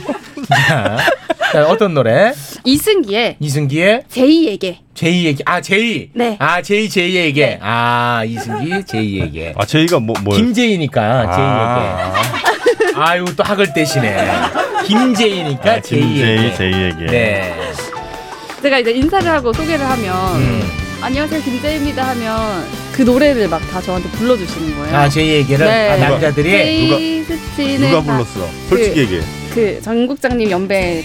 Speaker 4: 자, [laughs] 자, 어떤 노래?
Speaker 10: 이승기의
Speaker 4: 이승기의
Speaker 10: 제이에게
Speaker 4: 제이에게. 아, 제이.
Speaker 10: 네.
Speaker 4: 아, 제이 제이에게. 아, 이승기 제이에게.
Speaker 12: 아, 제이가 뭐 뭐예요?
Speaker 4: 김제이니까
Speaker 12: 아.
Speaker 4: 제이에게. 아유, 또 학을 떼시네. 김제이니까 제이에게.
Speaker 12: 아, 김제이 제이에게.
Speaker 4: 네.
Speaker 10: 제가 이제 인사를 하고 소개를 하면
Speaker 4: 음.
Speaker 10: 안녕하세요 김재입니다 하면 그 노래를 막 다 저한테 불러주시는 거예요.
Speaker 4: 아, 제이에게를
Speaker 10: 네.
Speaker 4: 아, 남자들이
Speaker 10: 제이 스치는
Speaker 12: 누가
Speaker 10: 바-
Speaker 12: 불렀어? 솔직히
Speaker 10: 그-
Speaker 12: 얘기해.
Speaker 10: 그 전국장님 연배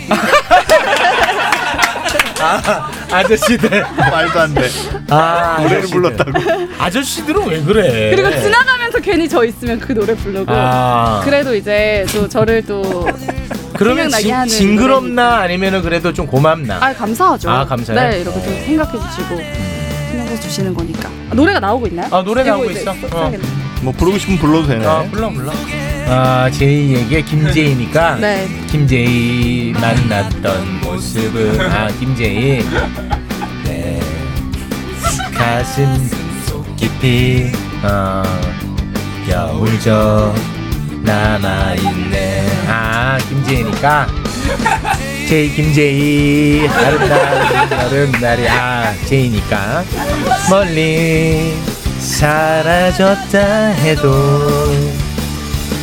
Speaker 4: 아, 아저씨들
Speaker 12: 말도 안 돼.
Speaker 4: 그 아,
Speaker 12: 노래를
Speaker 4: 아저씨들.
Speaker 12: 불렀다고.
Speaker 4: 아저씨들은 왜 그래?
Speaker 10: 그리고 지나가면서 괜히 저 있으면 그 노래 부르고
Speaker 4: 아.
Speaker 10: 그래도 이제 또 저를 또
Speaker 4: 그러면
Speaker 10: 생각나게
Speaker 4: 징,
Speaker 10: 하는
Speaker 4: 징그럽나 아니면은 그래도 좀 고맙나?
Speaker 10: 아 감사하죠.
Speaker 4: 아, 감사해요? 음.
Speaker 10: 네 이렇게 좀 생각해 주시고 생각해 주시는 거니까 아, 노래가 나오고 있나요?
Speaker 4: 아, 노래
Speaker 10: 이거
Speaker 4: 나오고
Speaker 10: 이제
Speaker 4: 있어.
Speaker 10: 써-
Speaker 4: 어.
Speaker 10: 써야겠네.
Speaker 12: 뭐 부르고 싶으면 불러도 되네.
Speaker 4: 아, 불러 불러. 아, 제이에게 김제이니까
Speaker 10: 네.
Speaker 4: 김제이 만났던 모습은 아, 김제이. 네. 가슴 깊이 어, 겨울져 남아 있네. 아, 김제이니까 제이 김제이 아름다운 여름날이 아 제이니까 멀리 사라졌다 해도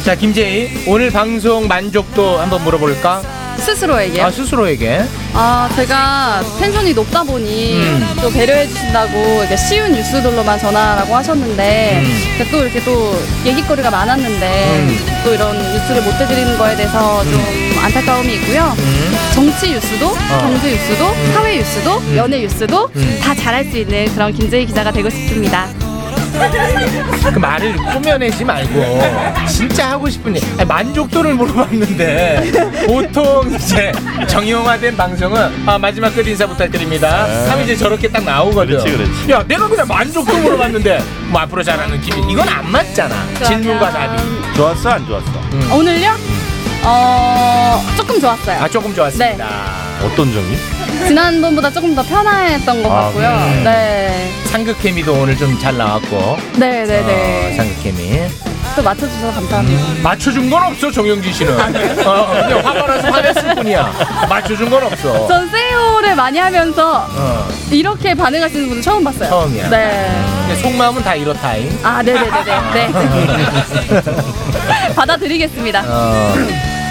Speaker 4: 자 김제이 오늘 방송 만족도 한번 물어볼까?
Speaker 10: 스스로에게요.
Speaker 4: 아 스스로에게
Speaker 10: 아, 제가 텐션이 높다 보니
Speaker 4: 음.
Speaker 10: 또 배려해 주신다고 이제 쉬운 뉴스들로만 전하라고 하셨는데
Speaker 4: 음.
Speaker 10: 이렇게 또 이렇게 또 얘기거리가 많았는데 또 이런 뉴스를 못 해드리는 거에 대해서
Speaker 4: 음.
Speaker 10: 좀 안타까움이 있고요. 정치 뉴스도,
Speaker 4: 어.
Speaker 10: 경제 뉴스도,
Speaker 4: 음.
Speaker 10: 사회 뉴스도, 연애 뉴스도 다 잘할 수 있는 그런 김재희 기자가 되고 싶습니다.
Speaker 4: 그 말을 꾸며내지 말고 진짜 하고 싶은 일 아니, 만족도를
Speaker 10: [laughs]
Speaker 4: 물어봤는데 보통 이제 정형화된 방송은 아, 마지막 끝 인사 부탁드립니다 하면 이제 저렇게 딱 나오거든
Speaker 12: 네. 그렇지, 그렇지.
Speaker 4: 야 내가 그냥 만족도 물어봤는데 뭐 앞으로 잘하는 기분 이건 안 맞잖아
Speaker 10: 그렇죠.
Speaker 4: 질문과 답이
Speaker 10: 음.
Speaker 12: 좋았어 안 좋았어?
Speaker 10: 오늘요? 어, 조금 좋았어요.
Speaker 4: 음. 아 조금 좋았습니다
Speaker 10: 네.
Speaker 12: 어떤 점이?
Speaker 10: 지난번보다 조금 더 편했던 것
Speaker 4: 아,
Speaker 10: 같고요.
Speaker 4: 음.
Speaker 10: 네.
Speaker 4: 상극케미도 오늘 좀 잘 나왔고
Speaker 10: 네, 네, 네.
Speaker 4: 어, 상극케미
Speaker 10: 또 맞춰주셔서 감사합니다.
Speaker 4: 맞춰준 건 없어 정영진 씨는
Speaker 2: 아,
Speaker 4: 어, 그냥 화가 나서 화냈을 뿐이야 맞춰준 건 없어
Speaker 10: 전 세요를 많이 하면서
Speaker 4: 어,
Speaker 10: 이렇게 반응하시는 분은 처음 봤어요.
Speaker 4: 처음이야.
Speaker 10: 네.
Speaker 4: 근데 속마음은 다 이렇다잉
Speaker 10: 아, 네네네네.
Speaker 4: [laughs]
Speaker 10: 네. 받아드리겠습니다.
Speaker 4: 어,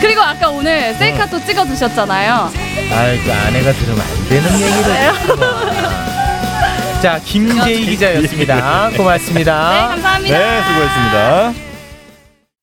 Speaker 10: 그리고 아까 오늘 셀카 또 찍어주셨잖아요.
Speaker 4: 아이 그 아내가 들으면 안 되는
Speaker 2: 네.
Speaker 4: 얘기를 했구나. 자 김재희
Speaker 2: 그렇죠.
Speaker 4: 기자였습니다
Speaker 2: 예.
Speaker 4: 고맙습니다
Speaker 10: 감사합니다.
Speaker 12: 네 수고했습니다.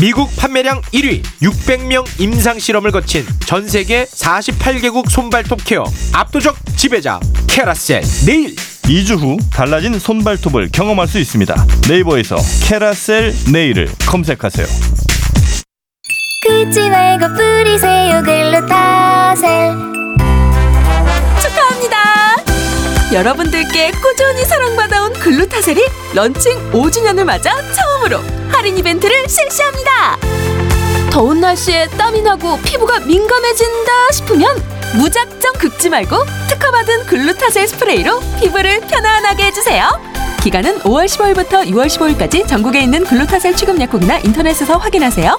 Speaker 2: 미국 판매량 1위 600명 임상 실험을 거친 전 세계 48개국 손발톱 케어 압도적 지배자 캐라셀 네일
Speaker 3: 2주 후 달라진 손발톱을 경험할 수 있습니다 네이버에서 캐라셀 네일을 검색하세요
Speaker 13: 긁지 말고 뿌리세요 글루타셀
Speaker 8: 축하합니다. 여러분들께 꾸준히 사랑받아온 글루타셀이 런칭 5주년을 맞아 처음으로 할인 이벤트를 실시합니다.
Speaker 14: 더운 날씨에 땀이 나고 피부가 민감해진다 싶으면 무작정 긁지 말고 특허받은 글루타셀 스프레이로 피부를 편안하게 해주세요. 기간은 5월 15일부터 6월 15일까지 전국에 있는 글루타셀 취급 약국이나 인터넷에서 확인하세요.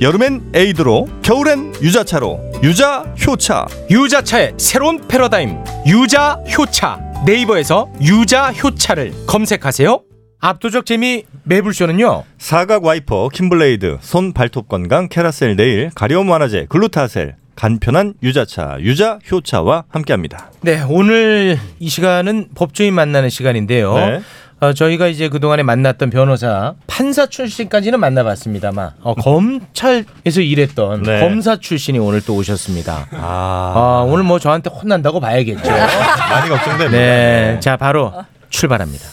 Speaker 3: 여름엔 에이드로, 겨울엔 유자차로. 유자 효차.
Speaker 1: 유자차의 새로운 패러다임 유자 효차 네이버에서 유자 효차를 검색하세요. 압도적 재미 매불쇼는요.
Speaker 15: 사각 와이퍼, 킴블레이드, 손 발톱 건강, 캐라셀 네일, 가려움 완화제, 글루타셀, 간편한 유자차, 유자 효차와 함께합니다.
Speaker 4: 네, 오늘 이 시간은 법조인 만나는 시간인데요.
Speaker 15: 네.
Speaker 4: 어, 저희가 이제 그동안에 만났던 변호사, 판사 출신까지는 만나봤습니다만, 어, 검찰에서 일했던
Speaker 1: 네.
Speaker 4: 검사 출신이 오늘 또 오셨습니다. 아, 오늘 뭐 저한테 혼난다고 봐야겠죠.
Speaker 15: 많이 걱정됩니다.
Speaker 4: 네, 자, 바로 출발합니다.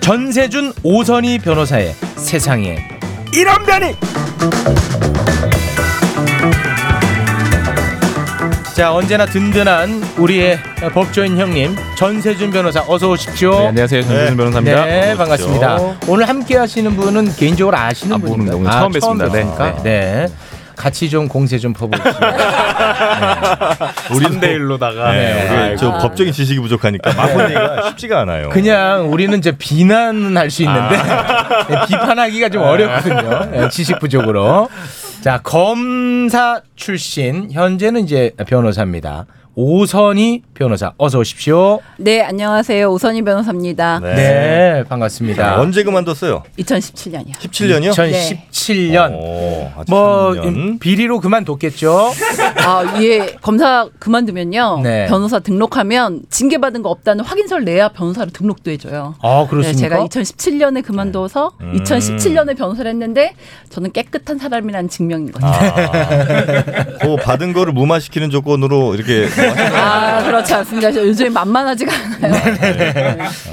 Speaker 4: 전세준 오선희 변호사의 세상에 이런다니! 자 언제나 든든한 우리의 법조인 형님 전세준 변호사 어서 오십시오.
Speaker 16: 네, 안녕하세요. 전세준 변호사입니다. 어서
Speaker 4: 네
Speaker 16: 오십시오.
Speaker 4: 반갑습니다. 오늘 함께하시는 분은 개인적으로 아시는 분인가요?
Speaker 16: 오늘 처음 뵀습니다. 네.
Speaker 4: 뵙습니까? 네. 같이 좀 공세 좀 퍼보시죠.
Speaker 15: 우리 대 1로다가 네,
Speaker 4: 네.
Speaker 15: 우리 저
Speaker 4: 아이고.
Speaker 15: 법적인 지식이 부족하니까 네. 마포대가 쉽지가 않아요.
Speaker 4: 그냥 우리는 이제 비난은 할 수 있는데
Speaker 15: 아.
Speaker 4: [laughs] 네, 비판하기가 좀 어렵거든요. 네, 지식 부족으로. 자 검사 출신 현재는 이제 변호사입니다. 오선희 변호사 어서 오십시오.
Speaker 10: 네, 안녕하세요. 오선희 변호사입니다.
Speaker 4: 네, 반갑습니다.
Speaker 15: 자, 언제 그만뒀어요?
Speaker 10: 2017년이요.
Speaker 15: 17년이요?
Speaker 4: 2017년.
Speaker 15: 어,
Speaker 4: 뭐 음, 비리로 그만뒀겠죠.
Speaker 10: 아, 예. 검사 그만두면요.
Speaker 4: 네.
Speaker 10: 변호사 등록하면 징계받은 거 없다는 확인서를 내야 변호사로 등록도 해줘요. 네,
Speaker 4: 아, 그렇습니까? 네. 음.
Speaker 10: 제가 2017년에 그만둬서 2017년에 변호사를 했는데 저는 깨끗한 사람이라는 증명인 거죠.
Speaker 4: 아.
Speaker 15: 그 받은 거를 무마시키는 조건으로 이렇게 뭐
Speaker 10: [laughs] 아, 그렇지 않습니다. 저 요즘에 만만하지가 않아요.
Speaker 4: 네.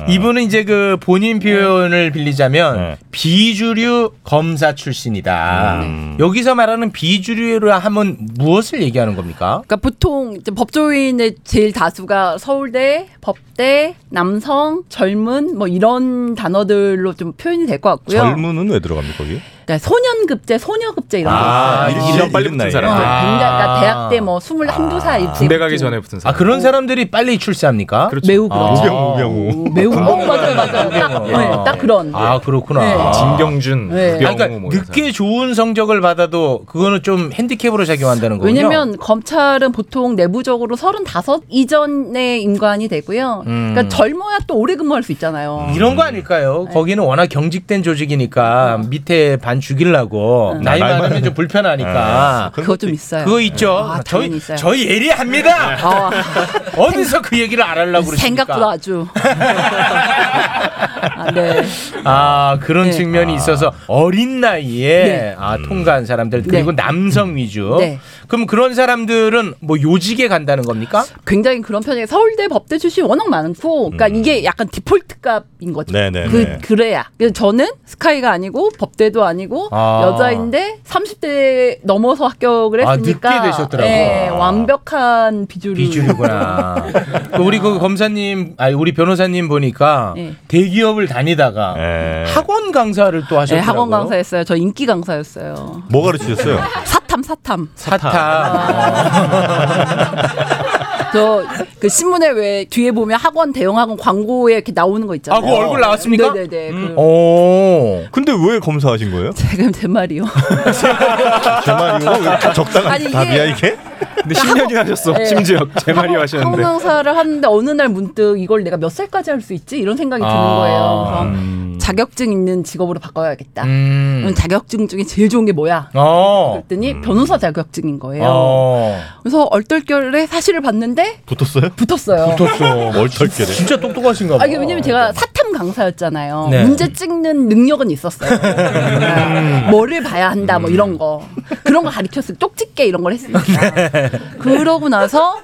Speaker 4: 이분은 이제 그 본인 표현을 빌리자면 비주류 검사 출신이다. 여기서 말하는 비주류라 하면 무엇을 얘기하는 겁니까?
Speaker 10: 그러니까 보통 이제 법조인의 제일 다수가 서울대, 법대, 남성, 젊은 뭐 이런 단어들로 좀 표현이 될 것 같고요.
Speaker 15: 젊은은 왜 들어갑니까 거기?
Speaker 10: 그러니까 소년급제, 소녀급제 이런
Speaker 15: 아,
Speaker 10: 거 있어요.
Speaker 15: 이름 아, 빨리 붙은 사람들.
Speaker 10: 어, 굉장히 그러니까 대학 때 뭐 스물
Speaker 4: 아.
Speaker 10: 한두 살 이때
Speaker 4: 붙은 사람. 아 그런 사람들이 빨리 출세합니까?
Speaker 10: 매우 그렇죠.
Speaker 15: 아,
Speaker 4: 우병우.
Speaker 10: 매우 어, 맞아요, 맞아요. 딱, 네, 딱 그런.
Speaker 4: 아 그렇구나.
Speaker 10: 네.
Speaker 16: 진경준,
Speaker 10: 네.
Speaker 4: 아, 그러니까
Speaker 10: 우병우 뭐 이런
Speaker 4: 늦게 좋은 성적을 받아도 그거는 좀 핸디캡으로 작용한다는 거군요.
Speaker 10: 왜냐면 검찰은 보통 내부적으로 35 이전에 임관이 되고요.
Speaker 4: 음.
Speaker 10: 그러니까 젊어야 또 오래 근무할 수 있잖아요.
Speaker 4: 이런 거 아닐까요?
Speaker 10: 네.
Speaker 4: 거기는 워낙 경직된 조직이니까 밑에 반 죽이려고 나이
Speaker 10: 나이
Speaker 4: 많으면
Speaker 10: 많으면
Speaker 4: 좀 불편하니까
Speaker 10: 그거 좀 있어요.
Speaker 4: 그거 있죠. 저희
Speaker 10: 아, 있어요.
Speaker 4: 저희 예리합니다. [laughs] 어디서 그 얘기를 안 하려고 그러십니까? [laughs]
Speaker 10: 생각보다 아주
Speaker 4: 아 그런
Speaker 10: 네.
Speaker 4: 측면이
Speaker 10: 아.
Speaker 4: 있어서 어린 나이에
Speaker 10: 네.
Speaker 4: 아 통과한 사람들 그리고
Speaker 10: 네.
Speaker 4: 남성 위주.
Speaker 10: 네.
Speaker 4: 그럼 그런 사람들은 뭐 요직에 간다는 겁니까?
Speaker 10: 굉장히 그런 편이에요. 서울대 법대 출신 워낙 많고, 그러니까 이게 약간 디폴트 값인 거죠.
Speaker 4: 음. 네네네.
Speaker 10: 그 그래야. 그래서 저는 스카이가 아니고 법대도 아니고
Speaker 4: 아.
Speaker 10: 여자인데 30대 넘어서 합격을
Speaker 4: 아,
Speaker 10: 했으니까
Speaker 4: 늦게 되셨더라고요.
Speaker 10: 네,
Speaker 4: 아.
Speaker 10: 완벽한 비주류.
Speaker 4: 비주류구나. 그 우리 그 검사님, 아니 우리 변호사님 보니까
Speaker 10: 네.
Speaker 4: 대기업을 다니다가 학원 강사를 또
Speaker 10: [laughs] 네,
Speaker 4: 하셨더라고요.
Speaker 10: 학원 강사였어요. 저 인기 강사였어요.
Speaker 4: 뭐 가르치셨어요?
Speaker 10: 사탐 사탐.
Speaker 4: 사탐.
Speaker 10: 저 그 신문에 왜 뒤에 보면 학원 대형 학원 광고에 이렇게 나오는 거 있잖아요.
Speaker 15: 아, 그거 얼굴 나왔습니까?
Speaker 10: 네네네.
Speaker 4: 음.
Speaker 10: 그
Speaker 4: 오.
Speaker 15: 근데 왜 검사하신 거예요?
Speaker 10: 지금 제 말이요.
Speaker 15: 제 말이요? 왜 이렇게 적당한
Speaker 10: 아니, 이게-
Speaker 15: 답이야 이게?
Speaker 16: 근데 10년이 하셨어.
Speaker 10: 네.
Speaker 16: 심지어 제 말이
Speaker 10: 아,
Speaker 16: 하셨는데.
Speaker 10: 항공사를 하는데 어느 날 문득 이걸 내가 몇 살까지 할 수 있지 이런 생각이 드는
Speaker 16: 아.
Speaker 10: 거예요. 그래서 자격증 있는 직업으로 바꿔야겠다.
Speaker 4: 음.
Speaker 10: 그럼 자격증 중에 제일 좋은 게 뭐야?
Speaker 4: 어.
Speaker 10: 그랬더니
Speaker 16: 음.
Speaker 10: 변호사 자격증인 거예요.
Speaker 4: 어.
Speaker 10: 그래서 얼떨결에 사실을 봤는데
Speaker 15: 붙었어요?
Speaker 10: 붙었어요.
Speaker 15: 얼떨결에.
Speaker 4: 진짜 똑똑하신가 봐.
Speaker 10: 아, 이게 왜냐면 제가 사탐 강사였잖아요.
Speaker 4: 어, 네.
Speaker 10: 문제 찍는 능력은 있었어요. 뭐를 봐야 한다, 뭐 이런 거. 그런 거 가르쳤을 때 쪽집게 이런 걸 했으니까. 그러고 나서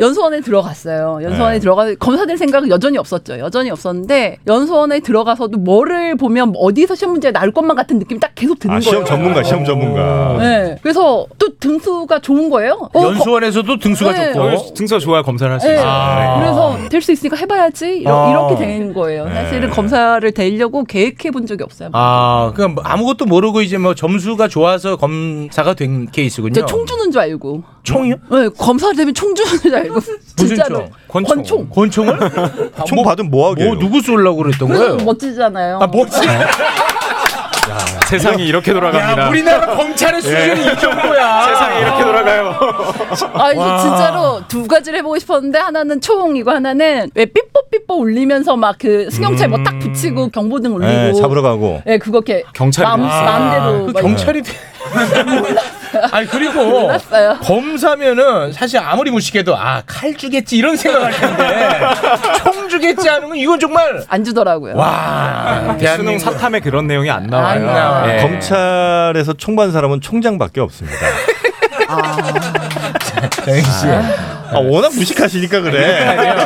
Speaker 10: 연수원에 들어갔어요. 연수원에
Speaker 17: 네.
Speaker 10: 들어가 검사 될 생각은 여전히 없었죠. 여전히 없었는데 연수원에 들어가서도 뭐를 보면 어디서 시험 문제 나올 것만 같은 느낌이 딱 계속 드는
Speaker 15: 아,
Speaker 10: 거예요.
Speaker 15: 시험 전문가, 시험 전문가.
Speaker 10: 네. 그래서 또 등수가 좋은 거예요. 어, 거-
Speaker 4: 연수원에서도 등수가
Speaker 10: 네.
Speaker 4: 좋고
Speaker 16: 등수가 좋아야 검사를 할 수
Speaker 10: 네.
Speaker 16: 있어요.
Speaker 10: 그래서 될 수 있으니까 해봐야지 이러,
Speaker 4: 아.
Speaker 10: 이렇게 된 거예요.
Speaker 4: 네.
Speaker 10: 사실은 검사를 되려고 계획해 본 적이 없어요.
Speaker 4: 아, 그냥 뭐 아무것도 모르고 이제 뭐 점수가 좋아서 검사가 된 케이스군요.
Speaker 10: 이제 총 주는 줄 알고.
Speaker 4: 총이요?
Speaker 10: 네, 검사 되면 총 주는 줄 알고. [laughs] 진짜로. 아,
Speaker 4: 권총. 권총.
Speaker 10: [laughs]
Speaker 4: 권총을? 총 받으면 뭐 하게? 뭐 누구 쏠려고 그랬던
Speaker 10: 그래서
Speaker 4: 거예요?
Speaker 10: 멋지잖아요.
Speaker 4: 아, 멋지.
Speaker 16: 세상이 이렇게 돌아갑니다.
Speaker 4: 야, 우리나라 검찰의 수준이 이 정도야.
Speaker 16: 예. [laughs] 세상이 이렇게 돌아가요.
Speaker 10: 아, 이제
Speaker 16: 와.
Speaker 10: 진짜로 두 가지를 해보고 싶었는데 하나는 총이고 하나는 왜 삐뽀삐뽀 올리면서 막 그 승용차에 뭐 딱 붙이고 경보등 올리고.
Speaker 3: 네,
Speaker 15: 예, 잡으러 가고.
Speaker 10: 예, 그거 이렇게
Speaker 15: 경찰이
Speaker 10: 마음,
Speaker 4: 아,
Speaker 15: 됐어요.
Speaker 10: 마음대로.
Speaker 15: 그
Speaker 10: 막
Speaker 15: 경찰이
Speaker 4: 아니 그리고
Speaker 10: 몰랐어요.
Speaker 4: 검사면은 사실 아무리 무식해도 아 칼 주겠지 이런 생각할
Speaker 10: [laughs]
Speaker 4: 텐데 총 주겠지 하는 건 이건 정말
Speaker 10: 안 주더라고요.
Speaker 4: 와
Speaker 16: 아, 수능 사탐에 그런 내용이 안 나와요. 예.
Speaker 4: 아,
Speaker 15: 검찰에서 총반 사람은 총장밖에 없습니다.
Speaker 4: 정영 씨.
Speaker 15: 아, 워낙 무식하시니까 그래.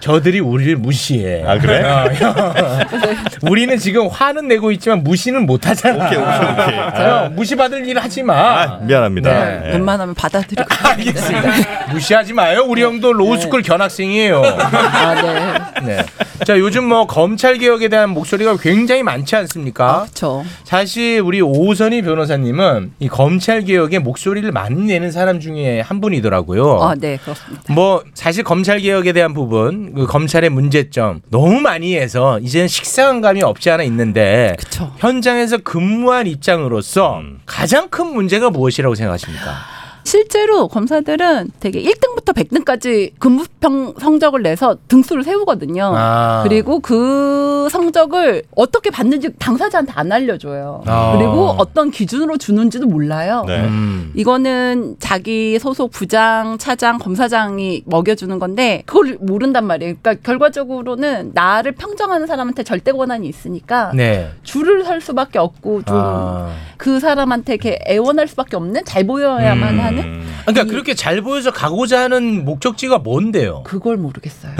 Speaker 4: 저들이 우리를 무시해. 아
Speaker 15: 그래?
Speaker 4: 우리는 지금 화는 내고 있지만 무시는 못 하잖아. 오케이 오케이 오케이.
Speaker 16: 아.
Speaker 4: 무시 받을 일 하지 마.
Speaker 15: [laughs] 미안합니다.
Speaker 4: 네.
Speaker 15: 예.
Speaker 10: 웬만하면 받아들이고.
Speaker 4: 무시하지 마요. 우리 형도 로스쿨 견학생이에요.
Speaker 10: 아,
Speaker 4: 네. 자, 요즘 뭐 검찰 개혁에 대한 목소리가 굉장히 많지 않습니까?
Speaker 16: 아.
Speaker 10: 그렇죠.
Speaker 4: 사실 우리 오선희 변호사님은 이 검찰 개혁에 목소리를 많이 내는 사람 중에 한 분이더라고요.
Speaker 10: 아, 네, 그렇습니다.
Speaker 4: 뭐 사실 검찰 개혁에 대한 부분, 그 검찰의 문제점 너무 많이 해서 이제는 식상한 감이 없지 않아 있는데 현장에서 근무한 입장으로서 가장 큰 문제가 무엇이라고 생각하십니까?
Speaker 10: 실제로 검사들은 되게 1등부터 100등까지 근무평 성적을 내서 등수를 세우거든요.
Speaker 4: 아.
Speaker 10: 그리고 그 성적을 어떻게 받는지 당사자한테 안 알려줘요.
Speaker 2: 아.
Speaker 10: 그리고 어떤 기준으로 주는지도 몰라요.
Speaker 15: 네.
Speaker 3: 네.
Speaker 2: 음.
Speaker 10: 이거는 자기 소속 부장, 차장, 검사장이 먹여주는 건데 그걸 모른단 말이에요. 그러니까 결과적으로는 나를 평정하는 사람한테 절대 권한이 있으니까
Speaker 2: 네.
Speaker 10: 줄을 설 수밖에 없고 좀
Speaker 4: 아.
Speaker 10: 그 사람한테 이렇게 애원할 수밖에 없는 잘 보여야만
Speaker 4: 음.
Speaker 10: 하는
Speaker 4: 그러니까 그렇게 잘 보여서 가고자 하는 목적지가 뭔데요?
Speaker 10: 그걸 모르겠어요.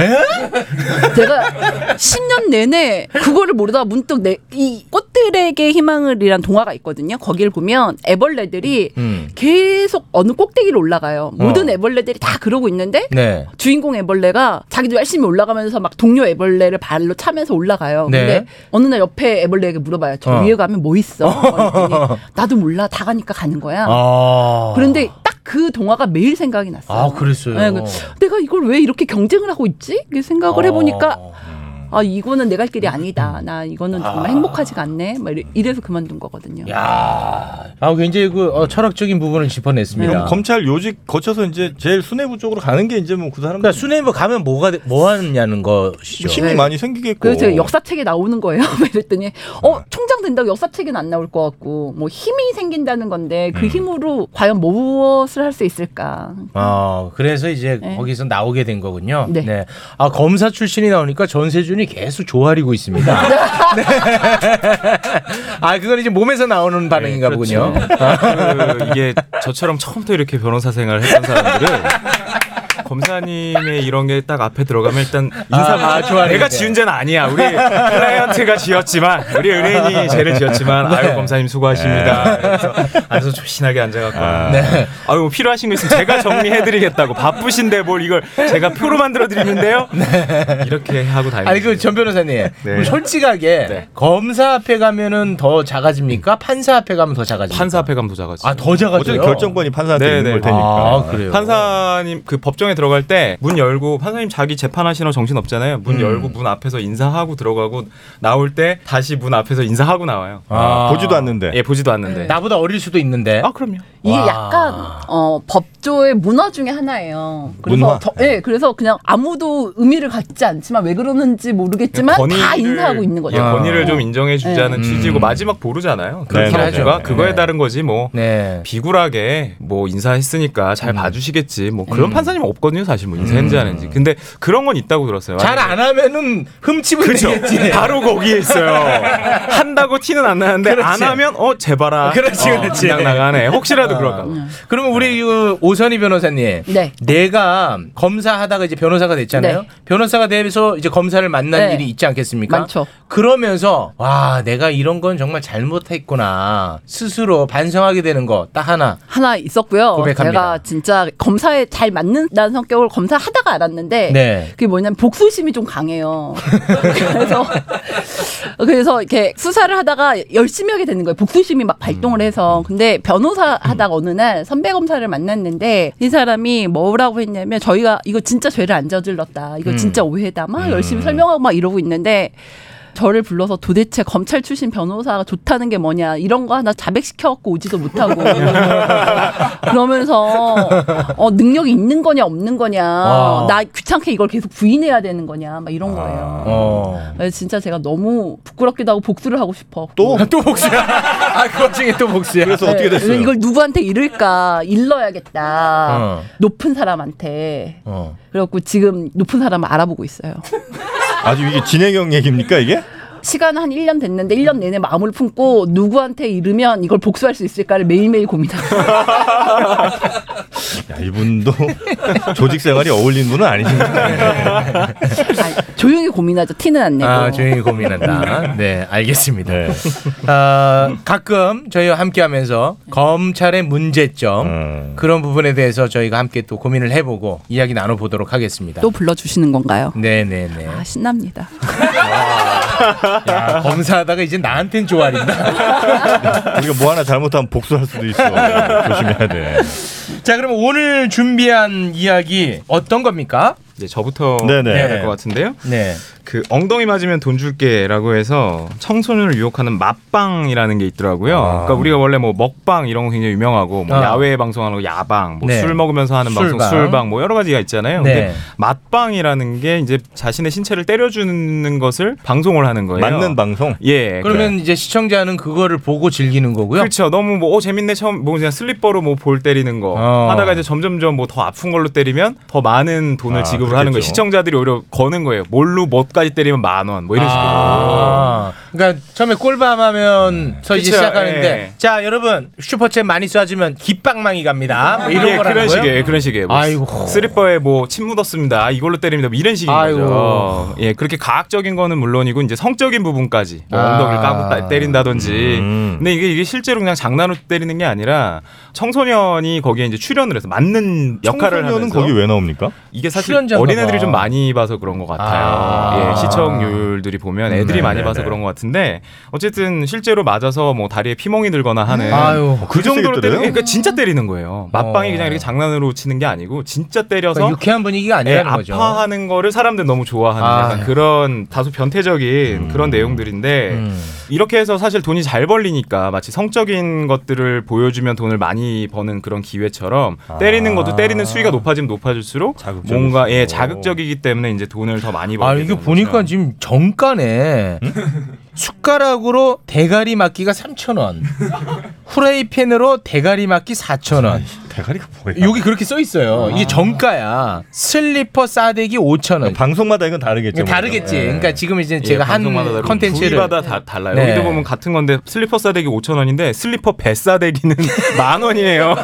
Speaker 10: [laughs] 제가 10년 내내 그거를 모르다가 문득 내, 이 꽃들에게 희망을이란 동화가 있거든요. 거기를 보면 애벌레들이
Speaker 2: 음.
Speaker 10: 계속 어느 꼭대기로 올라가요.
Speaker 2: 어.
Speaker 10: 모든 애벌레들이 다 그러고 있는데
Speaker 2: 네.
Speaker 10: 주인공 애벌레가 자기도 열심히 올라가면서 막 동료 애벌레를 발로 차면서 올라가요.
Speaker 2: 네.
Speaker 10: 근데 어느 날 옆에 애벌레에게 물어봐요. 저
Speaker 2: 어.
Speaker 10: 위에 가면
Speaker 2: [laughs]
Speaker 10: 뭐 있어? 그랬더니 나도 몰라. 다 가니까 가는 거야.
Speaker 2: 아.
Speaker 10: 그런데 딱 그 동화가 매일 생각이 났어요.
Speaker 2: 아, 그랬어요?
Speaker 10: 네, 그- 내가 이걸 왜 이렇게 경쟁을 하고 있지? 이렇게 생각을
Speaker 2: 아.
Speaker 10: 해보니까
Speaker 4: 어.
Speaker 2: 음.
Speaker 10: 아 이거는 내가 할 길이 아니다. 나 이거는 정말
Speaker 4: 아.
Speaker 10: 행복하지가 않네. 막 이래- 이래서 그만둔 거거든요.
Speaker 4: 야, 아 굉장히 그 어, 철학적인 부분을
Speaker 10: 네,
Speaker 4: 짚어냈습니다.
Speaker 10: 뭐
Speaker 15: 그럼 검찰 요직 거쳐서 이제 제일 수뇌부 쪽으로 가는 게 이제 뭐 그 사람. 그러니까
Speaker 4: 수뇌부 가면 뭐가 뭐 하느냐는 것이죠.
Speaker 15: 힘이 많이 생기겠고.
Speaker 10: 그래서 제가 역사책에 나오는 거예요. [laughs] 막 이랬더니
Speaker 2: 음.
Speaker 10: 어 총장 된다고 역사책에는 안 나올 것 같고 뭐 힘이 생긴다는 건데
Speaker 2: 음.
Speaker 10: 그 힘으로 과연 무엇을 할 수 있을까?
Speaker 4: 어, 그래서 이제
Speaker 10: 네.
Speaker 4: 거기서 나오게 된 거군요.
Speaker 10: 네.
Speaker 4: 아 검사 출신이 나오니까 전세준이 계속 조아리고
Speaker 10: [laughs]
Speaker 4: 있습니다. 네. [laughs] 아 그건 이제 몸에서 나오는 반응인가
Speaker 16: 그렇죠.
Speaker 4: 보군요.
Speaker 16: 그, 이게 저처럼 처음부터 이렇게 변호사 생활을 했던 사람들은 검사님의 이런 게 딱 앞에 들어가면 일단 인사만
Speaker 4: 아, 좋아하는
Speaker 16: 내가
Speaker 4: 거죠.
Speaker 16: 지은 죄는 아니야 우리 클라이언트가 지었지만 우리 은혜인이 죄를 지었지만
Speaker 4: 네.
Speaker 16: 아유 검사님 수고하십니다 그래서 앉아서 조신하게 앉아갖고 아.
Speaker 4: 네.
Speaker 16: 유뭐 필요하신 거 있으면 제가 정리해드리겠다고 바쁘신데 뭘 이걸 제가 표로 만들어드리는데요 이렇게 하고 다니고
Speaker 4: 네. 아니 그 전 변호사님 그럼 솔직하게 검사 앞에 가면은 더 작아집니까? 판사 앞에 가면 더 작아집니까? 판사
Speaker 16: 앞에 가면 더 작아지.
Speaker 4: 아더 작아져요.
Speaker 16: 어차피 결정권이
Speaker 15: 판사한테 있는 걸
Speaker 4: 아, 그래요.
Speaker 16: 판사님 그 법정에 들어갈 때 문 열고 판사님 자기 재판하시느라 정신 없잖아요. 문
Speaker 15: 음.
Speaker 16: 열고 문 앞에서 인사하고 들어가고 나올 때 다시 문 앞에서 인사하고 나와요.
Speaker 15: 아, 보지도
Speaker 4: 네.
Speaker 15: 않는데.
Speaker 16: 예, 보지도
Speaker 10: 음.
Speaker 16: 않는데.
Speaker 4: 나보다 어릴 수도 있는데.
Speaker 16: 아, 그럼요.
Speaker 10: 이게
Speaker 16: 와.
Speaker 10: 약간 어, 법조의 문화 중에 하나예요. 그래서
Speaker 16: 문화?
Speaker 10: 저- 예, 그래서 그냥 아무도 의미를 갖지 않지만 왜 그러는지 모르겠지만 다 인사하고 있는 거죠.
Speaker 16: 그러니까 예, 권위를 좀 인정해 주자는
Speaker 10: 네.
Speaker 16: 취지고 마지막 보루잖아요.
Speaker 4: 그렇긴
Speaker 16: 그래서
Speaker 4: 하죠.
Speaker 16: 누가 그거에
Speaker 4: 아. 음. 네.
Speaker 16: 따른 거지 뭐
Speaker 4: 네.
Speaker 16: 비굴하게 뭐 인사했으니까 잘 봐주시겠지 뭐
Speaker 4: 음.
Speaker 16: 그런 판사님 없거든요 사실 뭐 인사했는지 안 했는지. 근데 그런 건 있다고 들었어요.
Speaker 4: 잘 안 하면은 흠집은
Speaker 16: 그죠.
Speaker 4: 되겠지.
Speaker 16: 바로 거기에
Speaker 4: [laughs]
Speaker 16: 있어요. 한다고 티는 안 나는데
Speaker 4: 그렇지.
Speaker 16: 안 하면 어 제발아.
Speaker 4: 그렇지,
Speaker 16: 어,
Speaker 4: 그렇지.
Speaker 16: 그냥 나가네. 혹시라도
Speaker 4: 아.
Speaker 16: 그럴까 봐.
Speaker 4: 그러면 우리 그 오선희 변호사님,
Speaker 10: 네.
Speaker 4: 내가 검사하다가 이제 변호사가 됐잖아요.
Speaker 10: 네.
Speaker 4: 변호사가 되면서 이제 검사를 만난
Speaker 10: 네.
Speaker 4: 일이 있지 않겠습니까?
Speaker 10: 많죠.
Speaker 4: 그러면서 와 내가 이런 건 정말 잘못했구나 스스로 반성하게 되는 거 딱 하나.
Speaker 10: 하나 있었고요.
Speaker 4: 고백합니다.
Speaker 10: 제가 진짜 검사에 잘 맞는다는 성격을 검사하다가 알았는데
Speaker 4: 네.
Speaker 10: 그게 뭐냐면 복수심이 좀 강해요. [laughs] 그래서 그래서 이렇게 수사를 하다가 열심히 하게 되는 거예요. 복수심이 막 발동을 해서 근데 변호사 하다가 어느 날 선배 검사를 만났는데 이 사람이 뭐라고 했냐면 저희가 이거 진짜 죄를 안 저질렀다. 이거
Speaker 17: 음.
Speaker 10: 진짜 오해다. 막 열심히
Speaker 17: 음.
Speaker 10: 설명하고 막 이러고 있는데 저를 불러서 도대체 검찰 출신 변호사가 좋다는 게 뭐냐 이런 거 하나 자백시켜 갖고
Speaker 17: [laughs]
Speaker 10: 오지도 못하고 그러면서 어, 능력이 있는 거냐 없는 거냐
Speaker 17: 아.
Speaker 4: 와.
Speaker 10: 나 귀찮게 이걸 계속 부인해야 되는 거냐 막
Speaker 15: 아.
Speaker 10: 이런 거예요.
Speaker 4: 어.
Speaker 10: 그래서 진짜 제가 너무 부끄럽기도 하고 복수를 하고 싶어. 네,
Speaker 15: 또?
Speaker 4: 또 복수야. 아, 그 와중에 또 복수야.
Speaker 15: 그래서 어떻게 됐어요?
Speaker 10: 아, 이걸 누구한테 이를까? 일러야겠다.
Speaker 15: 어.
Speaker 10: 높은 사람한테.
Speaker 4: 어.
Speaker 10: 그래갖고 지금 높은 사람을 알아보고 있어요.
Speaker 15: 아주 이게 진행형 얘기입니까 이게?
Speaker 10: 시간은 한 1년 됐는데 1년 내내 마음을 품고 누구한테 이르면 이걸 복수할 수 있을까를 매일매일 고민하고
Speaker 15: [laughs] 야 이분도 [laughs] 조직 생활이 어울리는 분은 아니십니다.
Speaker 10: 조용히 고민하죠. 티는 안 내고.
Speaker 4: 아, 조용히 고민한다.
Speaker 10: [laughs]
Speaker 4: 네, 알겠습니다. 아, 가끔 저희와 함께 하면서 검찰의 문제점 그런 부분에 대해서 저희가 함께 또 고민을 해보고 이야기 나눠보도록 하겠습니다.
Speaker 10: 또 불러주시는 건가요?
Speaker 4: 네네네.
Speaker 10: 아, 신납니다.
Speaker 4: 야, 아, 검사하다가 이제 나한텐 조알인다. [laughs]
Speaker 15: 우리가 뭐 하나 잘못하면 복수할 수도 있어. 조심해야 돼.
Speaker 4: 자, 그럼 오늘 준비한 이야기 어떤 겁니까?
Speaker 16: 이제 저부터
Speaker 15: 네네.
Speaker 16: 해야 될 것 같은데요.
Speaker 4: 네.
Speaker 16: 그 엉덩이 맞으면 돈 줄게라고 해서 청소년을 유혹하는 맛방이라는 게 있더라고요. 그러니까 우리가 원래 뭐 먹방 이런 거 굉장히 유명하고 뭐
Speaker 4: 아.
Speaker 16: 야외 방송하는 거 야방, 뭐
Speaker 4: 네.
Speaker 16: 술 먹으면서 하는
Speaker 4: 술방.
Speaker 16: 방송 술방 뭐 여러 가지가 있잖아요.
Speaker 4: 네.
Speaker 16: 근데 맛방이라는 게 이제 자신의 신체를 때려주는 것을 방송을 하는 거예요.
Speaker 15: 맞는 방송.
Speaker 16: 예.
Speaker 4: 그러면 이제 시청자는 그거를 보고 즐기는 거고요.
Speaker 16: 그렇죠. 너무 뭐 어, 재밌네 처음 뭐 그냥 슬리퍼로 뭐 볼 때리는 거
Speaker 4: 어.
Speaker 16: 하다가 이제 점점점 뭐 더 아픈 걸로 때리면 더 많은 돈을
Speaker 4: 아,
Speaker 16: 지급을 하는 거예요.
Speaker 4: 그렇겠죠.
Speaker 16: 시청자들이 오히려 거는 거예요. 뭘로 뭐까지 때리면 만 원 뭐 이런
Speaker 4: 아, 그러니까 처음에 꿀밤 하면 서 이제
Speaker 16: 그쵸,
Speaker 4: 시작하는데
Speaker 16: 예.
Speaker 4: 자 여러분 슈퍼챗 많이 쏴주면 깃방망이 갑니다 뭐 이런
Speaker 16: 예,
Speaker 4: 거라는
Speaker 16: 그런
Speaker 4: 거예요?
Speaker 16: 식이에요. 그런 식이에요. 뭐
Speaker 4: 아이고.
Speaker 16: 슬리퍼에 뭐 침 묻었습니다. 아, 이걸로 때립니다. 뭐 이런 식인
Speaker 4: 아이고.
Speaker 16: 거죠. 예, 그렇게 과학적인 거는 물론이고 이제 성적인 부분까지 뭐
Speaker 4: 아. 음.
Speaker 16: 엉덩이를 까고 따- 때린다든지. 근데 이게 이게 실제로 그냥 장난으로 때리는 게 아니라 청소년이 거기에 이제 출연을 해서 맞는 역할을 하면서
Speaker 15: 청소년은 거기 왜 나옵니까?
Speaker 16: 이게 사실
Speaker 15: 출연자인가
Speaker 16: 어린애들이
Speaker 15: 봐.
Speaker 16: 좀 많이 봐서 그런 것 같아요.
Speaker 15: 아.
Speaker 16: 예, 시청률들이 보면 애들이
Speaker 15: 음,
Speaker 16: 많이
Speaker 15: 네네네.
Speaker 16: 봐서 그런 것 같은데 어쨌든 실제로 맞아서 뭐 다리에 피멍이 들거나 하는
Speaker 4: 음. 아유,
Speaker 16: 그
Speaker 4: 그렇게
Speaker 16: 정도로
Speaker 4: 세게
Speaker 16: 때리는
Speaker 4: 때려요?
Speaker 16: 그러니까 진짜 때리는 거예요. 맞방이 그냥 이렇게 장난으로 치는 게 아니고 진짜 때려서
Speaker 4: 그러니까 유쾌한 분위기가 아니라는
Speaker 16: 예,
Speaker 4: 거죠.
Speaker 16: 아파하는 거를 사람들 너무 좋아하는
Speaker 4: 아. 음.
Speaker 16: 약간 그런 다소 변태적인 그런 내용들인데 이렇게 해서 사실 돈이 잘 벌리니까 마치 성적인 것들을 보여주면 돈을 많이 버는 그런 기회처럼
Speaker 4: 아.
Speaker 16: 때리는 것도 때리는 수위가 높아지면 높아질수록 뭔가 예 자극적이기 때문에 이제 돈을 더 많이 벌게
Speaker 4: 아 이게
Speaker 16: 되는
Speaker 4: 보니까 지금 정가네 [laughs] 숟가락으로 대가리 맞기가 3천
Speaker 16: [laughs]
Speaker 4: 원 후라이팬으로 대가리 맞기 4천
Speaker 16: 아,
Speaker 4: 원
Speaker 15: 대가리가 뭐예요?
Speaker 4: 여기 그렇게 써 있어요. 이게 정가야. 슬리퍼 싸대기 5천 원.
Speaker 15: 방송마다 이건 다르겠죠.
Speaker 4: 다르겠지.
Speaker 16: 예.
Speaker 4: 그러니까 지금 이제
Speaker 16: 네, 예,
Speaker 4: 제가
Speaker 16: 방송마다
Speaker 4: 한
Speaker 16: 다르고
Speaker 4: 컨텐츠를
Speaker 16: 부위마다 다 달라요.
Speaker 4: 네.
Speaker 16: 여기도 보면 같은 건데 슬리퍼 싸대기 5천 원인데 슬리퍼 배 싸대기는 [laughs] 만 원이에요.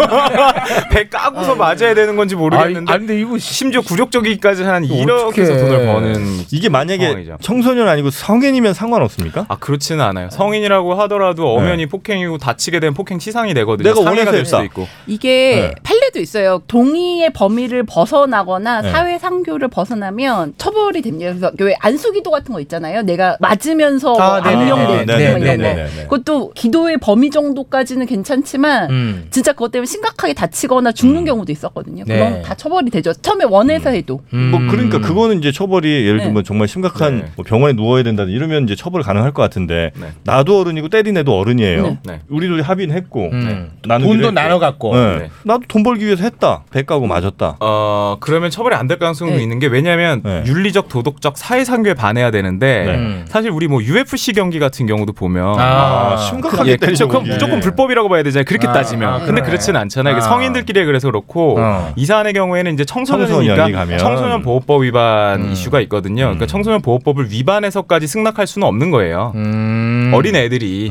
Speaker 16: [laughs] 배 까고서 맞아야 되는 건지 모르겠는데. 심지어 굴욕적이기까지 한 이렇게 해서 돈을 버는
Speaker 15: 이게 만약에
Speaker 16: 상황이죠.
Speaker 15: 청소년 아니고 성인이면 상관없습니까?
Speaker 16: 아 그렇지는 않아요. 성인이라고 하더라도 엄연히 폭행이고 다치게 되면 폭행 치상이 되거든요.
Speaker 15: 내가
Speaker 16: 상해가
Speaker 15: 원해서
Speaker 16: 될 수도
Speaker 15: 했다.
Speaker 16: 있고.
Speaker 10: 이게 판례 사례도 있어요. 동의의 범위를 벗어나거나
Speaker 18: 네.
Speaker 10: 사회 상교를 벗어나면 처벌이 됩니다. 그래서 왜 안수기도 같은 거 있잖아요. 내가 맞으면서
Speaker 18: 아,
Speaker 10: 뭐
Speaker 18: 네네네.
Speaker 10: 암령되고
Speaker 18: 아, 네네네.
Speaker 10: 이런 거.
Speaker 18: 네네네.
Speaker 10: 그것도 기도의 범위 정도까지는 괜찮지만
Speaker 18: 음.
Speaker 10: 진짜 그것 때문에 심각하게 다치거나 죽는 경우도 있었거든요.
Speaker 3: 네.
Speaker 10: 그건 다 처벌이 되죠. 처음에 원해서 해도.
Speaker 3: 뭐
Speaker 16: 음.
Speaker 3: 그러니까 그거는 이제 처벌이 예를 들면
Speaker 4: 네.
Speaker 3: 정말 심각한
Speaker 16: 네.
Speaker 3: 뭐 병원에 누워야 된다든 이러면 이제 처벌 가능할 것 같은데 나도 어른이고 때린 애도 어른이에요.
Speaker 4: 네.
Speaker 3: 우리도 합의는 했고
Speaker 16: 음.
Speaker 4: 음.
Speaker 3: 네.
Speaker 16: 네,
Speaker 4: 돈도 나눠 갖고. 네.
Speaker 3: 나도 돈 벌기 위해서 했다. 배 까고 맞았다.
Speaker 16: 어 그러면 처벌이 안 될 가능성도 있는 게 왜냐하면 윤리적 도덕적 사회상교에 반해야 되는데
Speaker 3: 네.
Speaker 16: 사실 우리 뭐 UFC 경기 같은 경우도 보면
Speaker 3: 아, 심각하게
Speaker 16: 예,
Speaker 3: 때리는
Speaker 16: 무조건,
Speaker 3: 거군요.
Speaker 16: 무조건 불법이라고 봐야 되잖아요 그렇게
Speaker 3: 그렇죠. 아,
Speaker 16: 따지면
Speaker 3: 아,
Speaker 16: 근데
Speaker 3: 그러네.
Speaker 16: 그렇진 않잖아요 이게
Speaker 3: 아. 어.
Speaker 16: 성인들끼리 그래서 그렇고 이 사안의 경우에는 이제
Speaker 3: 청소년이
Speaker 16: 청소년이니까
Speaker 3: 가면. 음.
Speaker 16: 청소년 보호법 위반 이슈가 있거든요 그러니까 청소년 보호법을 위반해서까지 승낙할 수는 없는
Speaker 3: 음.
Speaker 16: 거예요
Speaker 4: 음.
Speaker 16: 어린 애들이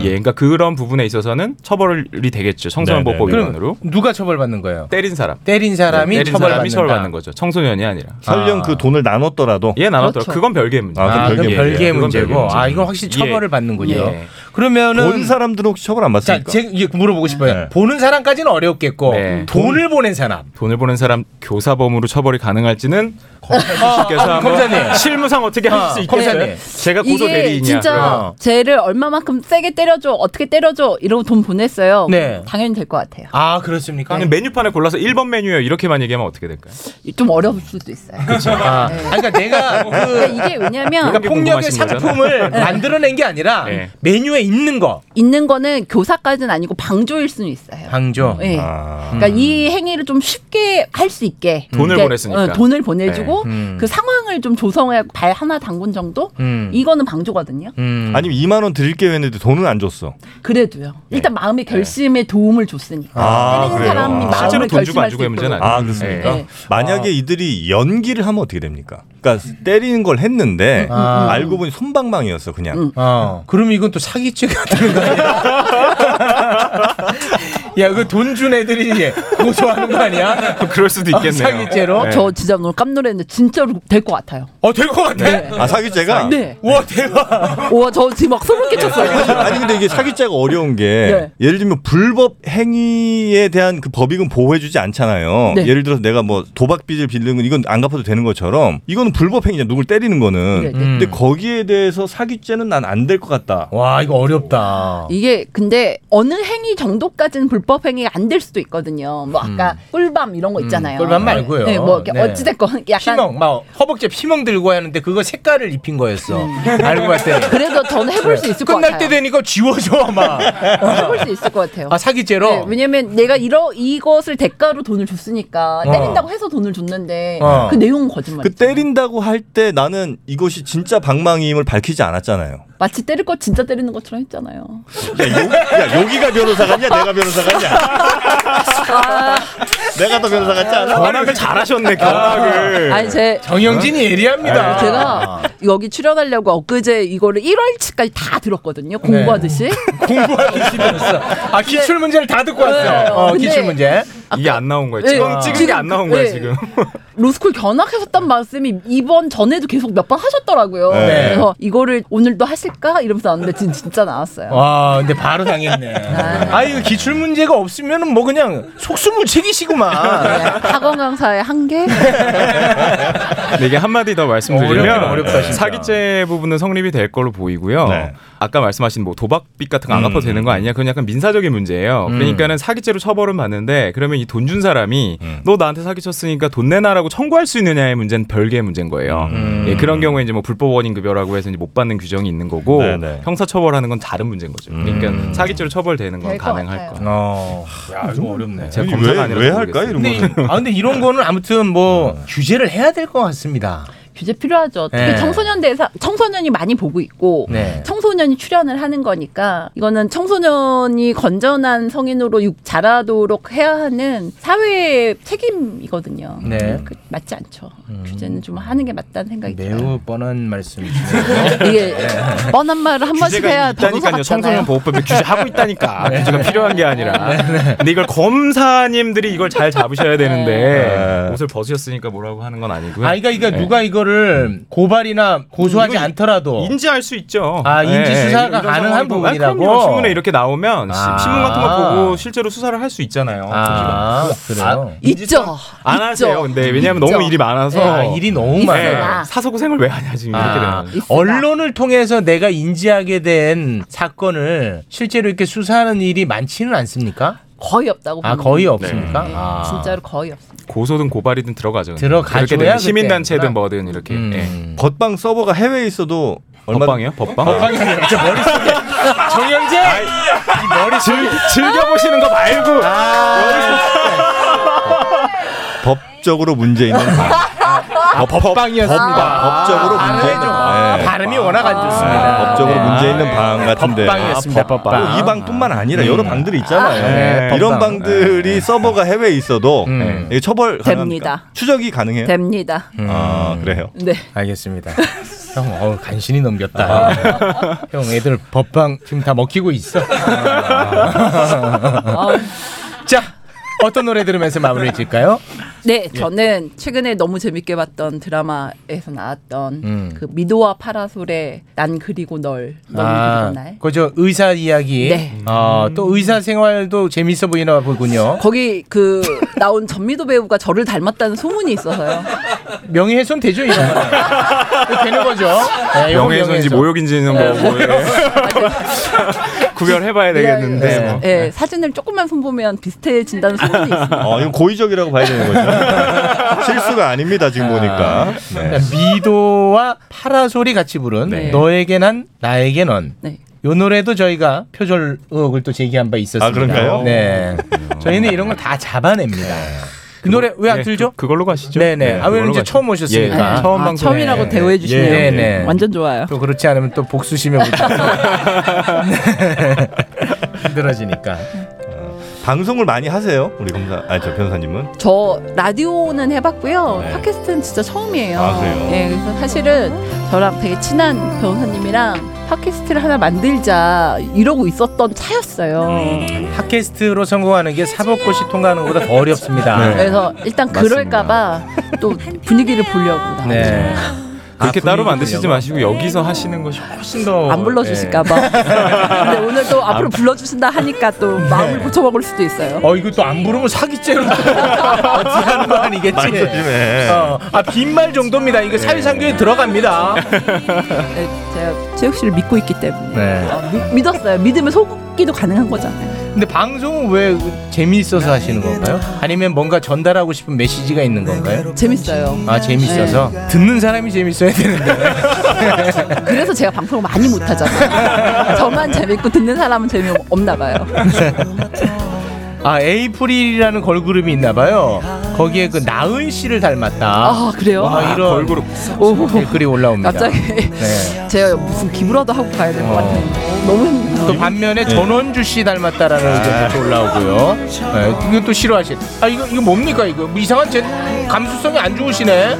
Speaker 16: 예 그러니까 그런 부분에 있어서는 처벌이 되겠죠
Speaker 3: 네,
Speaker 16: 청소년 보호법
Speaker 4: 그럼
Speaker 16: 위반으로
Speaker 4: 누가 처벌받는 거예요?
Speaker 16: 때린 사람.
Speaker 4: 때린 사람이
Speaker 16: 네, 때린
Speaker 4: 처벌받는다.
Speaker 16: 사람이 처벌받는 거죠. 청소년이 아니라.
Speaker 3: 설령 그 돈을 나눴더라도
Speaker 16: 예 나눴더라. 그건 별개의 문제.
Speaker 3: 아, 그건
Speaker 4: 그렇죠. 아, 그건
Speaker 3: 별개의,
Speaker 4: 별개의
Speaker 3: 문제예요.
Speaker 4: 문제고.
Speaker 3: 그건 별개의
Speaker 4: 아, 이건 확실히
Speaker 3: 문제예요.
Speaker 4: 처벌을 받는군요.
Speaker 3: 예.
Speaker 4: 그러면은
Speaker 3: 본 사람들은 혹시 처벌 안 받습니까?
Speaker 4: 자, 제가 이게 물어보고 싶어요. 보는 사람까지는 어렵겠고 돈을 보낸 사람.
Speaker 16: 돈을 보낸 사람 교사범으로 처벌이 가능할지는
Speaker 4: 아, 검사님.
Speaker 16: 실무상 어떻게
Speaker 4: 아,
Speaker 16: 하실 수 있겠어요?
Speaker 4: 검사님.
Speaker 16: 제가 고소
Speaker 10: 이게
Speaker 16: 대리인이야.
Speaker 10: 진짜
Speaker 16: 그러면.
Speaker 10: 쟤를 얼마만큼 세게 때려줘 어떻게 때려줘 이러고 돈 보냈어요.
Speaker 16: 네.
Speaker 10: 당연히 될 것 같아요.
Speaker 4: 아 그렇습니까?
Speaker 16: 그냥 메뉴판에 골라서 1번 메뉴예요. 이렇게만 얘기하면 어떻게 될까요? [laughs]
Speaker 10: 좀 어려울 수도 있어요.
Speaker 16: 그렇죠.
Speaker 4: 아, 그러니까
Speaker 10: [laughs]
Speaker 4: 내가
Speaker 10: 근데 네. 이게 네. 왜냐면
Speaker 4: 그러니까 폭력의
Speaker 10: 궁금하신 [laughs]
Speaker 4: 상품을
Speaker 10: 거잖아.
Speaker 4: 만들어낸 게 아니라
Speaker 10: 네.
Speaker 4: 메뉴에 있는 거.
Speaker 10: 있는 거는 교사까지는 아니고 방조일 수는 있어요.
Speaker 4: 방조.
Speaker 10: 예.
Speaker 3: 아.
Speaker 10: 그러니까 이 행위를 좀 쉽게 할 수 있게
Speaker 4: 돈을
Speaker 10: 그러니까,
Speaker 4: 보냈으니까.
Speaker 10: 어, 돈을 보내주고
Speaker 3: 네. 음.
Speaker 10: 그 상황을 좀 조성해 발 하나 당근 정도
Speaker 3: 음.
Speaker 10: 이거는 방조거든요.
Speaker 16: 음.
Speaker 3: 아니면 2만 원 드릴게요 했는데 돈은 안 줬어.
Speaker 10: 그래도요. 일단 마음의 결심에 도움을 줬으니까. 때리는
Speaker 3: 네. 아, 그래요?
Speaker 10: 사람이 마음을
Speaker 3: 실제로 돈 주고 안
Speaker 10: 결심할 수
Speaker 3: 주고의
Speaker 10: 있도록.
Speaker 3: 문제는 아니에요. 아 그렇습니까?
Speaker 10: 네.
Speaker 3: 만약에 이들이 연기를 하면 어떻게 됩니까? 그러니까 때리는 걸
Speaker 10: 음,
Speaker 3: 했는데 음.
Speaker 4: 아.
Speaker 3: 알고 보니 손방망이였어 그냥.
Speaker 4: 어. 그럼 이건 또 사기죄 같은 거 [laughs] 아니야? 야, 그 돈 준 애들이 이제 고소하는 거 아니야?
Speaker 16: 그럴 수도 있겠네요.
Speaker 4: 아, 사기죄로?
Speaker 10: 저 진짜 오늘 깜놀했는데 진짜로 될 것 같아요.
Speaker 4: 어, 될 것 같아?
Speaker 3: 아 사기죄가?
Speaker 10: 네.
Speaker 4: 와 대박.
Speaker 10: 와 저 지금 막 소름 끼쳤어요.
Speaker 3: 아니 근데 이게 사기죄가 어려운 게
Speaker 10: 네.
Speaker 3: 예를 들면 불법 행위에 대한 그 법익은 보호해주지 않잖아요.
Speaker 10: 네.
Speaker 3: 예를 들어서 내가 뭐 도박 빚을 빚는 건 이건 안 갚아도 되는 것처럼 이건 불법 행위냐 누굴 때리는 거는.
Speaker 10: 네, 네.
Speaker 3: 근데 거기에 대해서 사기죄는 난 안 될 것 같다.
Speaker 4: 와 이거 어렵다.
Speaker 10: 이게 근데 어느 행위 정도까지는 불법 행위가 안 될 수도 있거든요. 뭐 아까 꿀밤 이런 거 있잖아요.
Speaker 4: 음. 꿀밤 말고요.
Speaker 10: 네, 뭐 이렇게
Speaker 4: 네.
Speaker 10: 어찌됐건 약간
Speaker 4: 피멍, 막 허벅지에 피멍 들고 하는데 그거 색깔을 입힌 거였어. 알고 봤더니.
Speaker 10: 음. 그래도 저는 해볼 수 있을 것
Speaker 4: 끝날
Speaker 10: 같아요. 어,
Speaker 4: 때 되니까 지워져 아마.
Speaker 10: 해볼 수 있을 것 같아요.
Speaker 4: 아 사기죄로.
Speaker 10: 네, 왜냐면 내가 이러 이것을 대가로 돈을 줬으니까
Speaker 3: 어.
Speaker 10: 때린다고 해서 돈을 줬는데
Speaker 3: 어.
Speaker 10: 그 내용은 거짓말.
Speaker 3: 그 때린다고 할 때 나는 이것이 진짜 방망이임을 밝히지 않았잖아요.
Speaker 10: 마치 때릴 거 진짜 때리는 것처럼 했잖아요.
Speaker 3: 야 여기가 변호사 같냐 내가 변호사 같냐?
Speaker 4: 아.
Speaker 3: 내가 더 변호사 같지 않아?
Speaker 16: 전학을 잘하셨네 견학을.
Speaker 10: 아니, 제-
Speaker 4: 정영진이 예리합니다.
Speaker 10: 아, 제가 여기 출연하려고 엊그제 이거를 1월치까지 다
Speaker 4: 네.
Speaker 10: 들었거든요. 공부하듯이.
Speaker 4: 공부하듯이 들었어. 아 기출 문제를 다 듣고
Speaker 10: 네,
Speaker 4: 왔어. 어,
Speaker 10: 근데-
Speaker 4: 기출 문제.
Speaker 16: 이게 안 나온 거예요.
Speaker 10: 네,
Speaker 16: 지금 아. 찍은
Speaker 10: 지금
Speaker 16: 게 안 나온
Speaker 10: 그-
Speaker 16: 거예요
Speaker 10: 네.
Speaker 16: 지금.
Speaker 10: [laughs] 로스쿨 견학하셨단 말씀이 이번 전에도 계속 몇 번 하셨더라고요.
Speaker 4: 네.
Speaker 10: 그래서 이거를 오늘도 하실까 이러면서 나왔는데 지금 진짜 나왔어요.
Speaker 4: 와 근데 바로 당했네. 아 이거 기출 문제가 없으면은 뭐 그냥 속수무책이시구만.
Speaker 10: 학원 강사의 네. 한계.
Speaker 16: 네, 이게 한마디 더 말씀드리면
Speaker 4: 어렵긴 어렵다, 진짜. 네.
Speaker 16: 사기죄 부분은 성립이 될 걸로 보이고요. 아까 말씀하신 뭐 도박빚 같은 거 안
Speaker 3: 음.
Speaker 16: 갚아도 되는 거 아니냐? 그건 약간 민사적인 문제예요.
Speaker 3: 음.
Speaker 16: 그러니까는 사기죄로 처벌은 받는데 그러면 이 돈 준 사람이
Speaker 4: 음.
Speaker 16: 너 나한테 사기쳤으니까 돈 내놔라고 청구할 수 있느냐의 문제는 별개의 문제인 거예요.
Speaker 4: 음.
Speaker 16: 예, 그런 경우에 이제 뭐 불법 원인 급여라고 해서 이제 못 받는 규정이 있는 거고
Speaker 4: 네,
Speaker 16: 형사 처벌하는 건 다른 문제인 거죠. 그러니까
Speaker 4: 음.
Speaker 16: 사기죄로 처벌되는 건
Speaker 4: 될것
Speaker 16: 가능할 거.
Speaker 4: 어. 야 이거 어렵네.
Speaker 16: 제가 검사가 아니라서 모르겠어요.
Speaker 4: 근데 이- 아 근데 이런 거는 아무튼 뭐 규제를 해야 될 것 같습니다.
Speaker 10: 규제 필요하죠. 특히
Speaker 4: 네.
Speaker 10: 청소년 대상 청소년이 많이 보고 있고
Speaker 4: 네.
Speaker 10: 청소년이 출연을 하는 거니까 이거는 청소년이 건전한 성인으로 육 자라도록 해야 하는 사회의 책임이거든요.
Speaker 4: 네.
Speaker 10: 그- 맞지 않죠.
Speaker 16: 음.
Speaker 10: 규제는 좀 하는 게 맞다는 생각이
Speaker 4: 매우 뻔한 말씀이죠.
Speaker 10: 이게 뻔한 말을 한 번씩
Speaker 16: 네.
Speaker 10: 해야 변호사
Speaker 16: 있다니까요.
Speaker 10: 같잖아요.
Speaker 16: 청소년
Speaker 10: [laughs]
Speaker 16: 보호법에 규제하고 있다니까. 규제가
Speaker 4: 네.
Speaker 16: 필요한 게 아니라. 근데 이걸
Speaker 10: 네.
Speaker 16: 검사님들이 이걸 잘 잡으셔야 되는데 옷을 벗으셨으니까 뭐라고 하는 건
Speaker 4: 네.
Speaker 16: 아니고요.
Speaker 4: 아, 그러니까, 그러니까
Speaker 16: 네.
Speaker 4: 누가 이걸 거를 고발이나 고소하지 않더라도
Speaker 16: 인지할 수
Speaker 4: 어.
Speaker 16: 있죠.
Speaker 4: 아 인지
Speaker 16: 예,
Speaker 4: 수사가
Speaker 16: 이런
Speaker 4: 가능한
Speaker 16: 상황이고. 아니,
Speaker 4: 부분이라고.
Speaker 16: 그럼요. 신문에 이렇게 나오면 시-
Speaker 4: 아.
Speaker 16: 신문 같은 거 보고 실제로 수사를 할 수 있잖아요.
Speaker 4: 아, 그래요?
Speaker 16: 있죠. 안 하세요. 근데 왜냐하면 너무 일이 많아서
Speaker 4: 아, 일이 아. 너무
Speaker 16: 예,
Speaker 4: 많아.
Speaker 16: 사소고생을 왜 하냐 지금 아, 이렇게 되면.
Speaker 4: 언론을 통해서 내가 인지하게 된 사건을 실제로 이렇게 수사하는 일이 많지는 않습니까?
Speaker 10: 거의 없다고
Speaker 4: 아,
Speaker 10: 보면
Speaker 4: 거의
Speaker 10: 돼요.
Speaker 4: 없습니까?
Speaker 10: 네,
Speaker 4: 아.
Speaker 10: 진짜로 거의 없어.
Speaker 16: 고소든 고발이든 들어가죠.
Speaker 4: 들어가줘야
Speaker 16: 그렇게 되면
Speaker 4: 그때 음.
Speaker 16: 시민단체든
Speaker 4: 되는구나.
Speaker 16: 뭐든 이렇게. 예.
Speaker 15: 법방 서버가 해외에 있어도 얼마
Speaker 16: 법방이요? 법방?
Speaker 15: 법방이
Speaker 4: 아니라 저 머릿속에 정영재 이 머리
Speaker 16: 즐겨 보시는 거 말고
Speaker 15: 법적으로 문제 있는 방.
Speaker 16: 어,
Speaker 4: 아, 법방이었습니다.
Speaker 15: 법- 법적으로
Speaker 4: 아,
Speaker 15: 문제 있는
Speaker 4: 좀,
Speaker 15: 방. 예.
Speaker 4: 발음이 워낙 안 좋습니다. 네.
Speaker 15: 법적으로 문제 있는 방 같은데.
Speaker 4: 법방이었습니다,
Speaker 15: 아, 법-
Speaker 4: 법방.
Speaker 15: 또이 방뿐만 아니라 여러
Speaker 4: 음.
Speaker 15: 방들이 있잖아요.
Speaker 4: 아, 네, 음.
Speaker 15: 이런
Speaker 4: 법방.
Speaker 15: 방들이 서버가 해외에 있어도 이게 처벌
Speaker 10: 됩니다. 네.
Speaker 15: 가능합니까? 추적이 가능해요?
Speaker 10: 됩니다.
Speaker 16: 음.
Speaker 15: 아 그래요.
Speaker 10: 네.
Speaker 4: 알겠습니다. 형, 어우, 간신히 넘겼다. 형, 애들 법방 지금 다 먹히고 있어. 자, 어떤 노래 들으면서 마무리 질까요?
Speaker 10: 네,
Speaker 4: 예.
Speaker 10: 저는 최근에 너무 재밌게 봤던 드라마에서 나왔던
Speaker 4: 음.
Speaker 10: 그 미도와 파라솔의 난 그리고 널 너무
Speaker 4: 아,
Speaker 10: 그리나요?
Speaker 4: 그저 의사 이야기.
Speaker 10: 뭐, 네.
Speaker 4: 어, 또 의사 생활도 재밌어 보이나 보군요.
Speaker 10: 거기 그 나온 전미도 배우가 저를 닮았다는 소문이 있어서요.
Speaker 4: 명예훼손 되죠, 이런 거. 되는 거죠. 네, 요건
Speaker 16: 명예훼손인지
Speaker 4: 명예훼손.
Speaker 16: 모욕인지는 뭐,
Speaker 4: 네,
Speaker 16: 뭐, 예. [laughs] 구별해봐야 되겠는데. 뭐.
Speaker 10: 예, 사진을 조금만 손보면 비슷해진다는 소문이 있어요.
Speaker 15: 어, 이건 고의적이라고 봐야 되는 거죠.
Speaker 16: [laughs]
Speaker 15: 실수가 아닙니다 지금 보니까. 네.
Speaker 4: 그러니까 미도와 파라솔이 같이 부른
Speaker 16: 네.
Speaker 4: 너에게 난 나에게 넌.
Speaker 10: 네.
Speaker 4: 요 노래도 저희가 표절 의혹을 또 제기한 바 있었습니다.
Speaker 15: 아, 그런가요?
Speaker 4: 네. 저희는 이런 걸 다 잡아냅니다. 그 노래 왜 안
Speaker 16: 네,
Speaker 4: 들죠?
Speaker 16: 그, 걸로 가시죠.
Speaker 4: 네네.
Speaker 16: 네,
Speaker 4: 아, 왜냐면
Speaker 16: 그걸로
Speaker 4: 이제
Speaker 16: 가시죠.
Speaker 4: 처음 오셨으니까.
Speaker 16: 예, 처음
Speaker 10: 아,
Speaker 16: 방송.
Speaker 10: 처음이라고
Speaker 16: 네.
Speaker 10: 대우해 주시네요.
Speaker 4: 예, 네.
Speaker 10: 완전 좋아요.
Speaker 4: 또 그렇지 않으면 또 복수심에 오지. [laughs] 힘들어지니까.
Speaker 15: 방송을 많이 하세요, 우리 검사, 아저 변사님은.
Speaker 10: 저 라디오는 해봤고요.
Speaker 15: 네.
Speaker 10: 팟캐스트는 진짜 처음이에요.
Speaker 15: 아, 그래요?
Speaker 10: 예, 그래서 사실은 저랑 되게 친한 변호사님이랑 팟캐스트를 하나 만들자 이러고 있었던 차였어요. 네.
Speaker 4: 팟캐스트로 성공하는 게 사법고시 통과하는 것보다 더 어렵습니다.
Speaker 16: 네.
Speaker 10: 그래서 일단 그럴까봐 또 분위기를 보려고 나.
Speaker 4: 네.
Speaker 16: 그렇게
Speaker 4: 아,
Speaker 16: 따로
Speaker 4: 분위기
Speaker 16: 만드시지
Speaker 4: 보려고.
Speaker 16: 마시고 여기서 하시는 것이 훨씬
Speaker 4: 어,
Speaker 16: 더.
Speaker 10: 안 불러주실까봐. 근데 오늘 또 앞으로
Speaker 16: 아.
Speaker 10: 불러주신다 하니까 또 마음을 고쳐먹을 수도 있어요.
Speaker 4: 어 이거 또 안 부르면 사기죄로 어찌하는 거 아니겠지? 네.
Speaker 10: 말 조심해.
Speaker 4: 어, 아 빈말 정도입니다. 이거 사회상규에 들어갑니다.
Speaker 10: 네, 제가 최욱 씨를 믿고 있기 때문에
Speaker 4: 네.
Speaker 10: 어, 믿- 믿었어요. 믿으면 속기도 가능한 거잖아요.
Speaker 4: 근데 방송은 왜 재미있어서 하시는 건가요? 아니면 뭔가 전달하고 싶은 메시지가 있는 건가요?
Speaker 10: 재밌어요.
Speaker 4: 아 재미있어서 듣는 사람이 재밌어야 되는데 [laughs]
Speaker 10: 그래서 제가 방송을 많이
Speaker 4: [laughs]
Speaker 10: 못하잖아요. 저만 재밌고 듣는 사람은 재미없나 봐요.
Speaker 4: 아 에이프릴이라는 걸그룹이 있나봐요 거기에 그 나은 씨를 닮았다
Speaker 10: 아, 그래요?
Speaker 4: 와, 이런
Speaker 10: 아,
Speaker 4: 걸그룹 댓글이 올라옵니다
Speaker 10: 갑자기
Speaker 4: 네.
Speaker 10: 제가 무슨 기부라도 하고 가야 될 것
Speaker 4: 어.
Speaker 10: 같아요. 너무 힘들어요.
Speaker 4: 또 반면에
Speaker 10: 네.
Speaker 4: 전원주 씨 닮았다라는 의견도 또 올라오고요. 네, 이건 또 싫어하시. 아 이거 이거 뭡니까 이거 뭐 이상한 제 감수성이 안 좋으시네.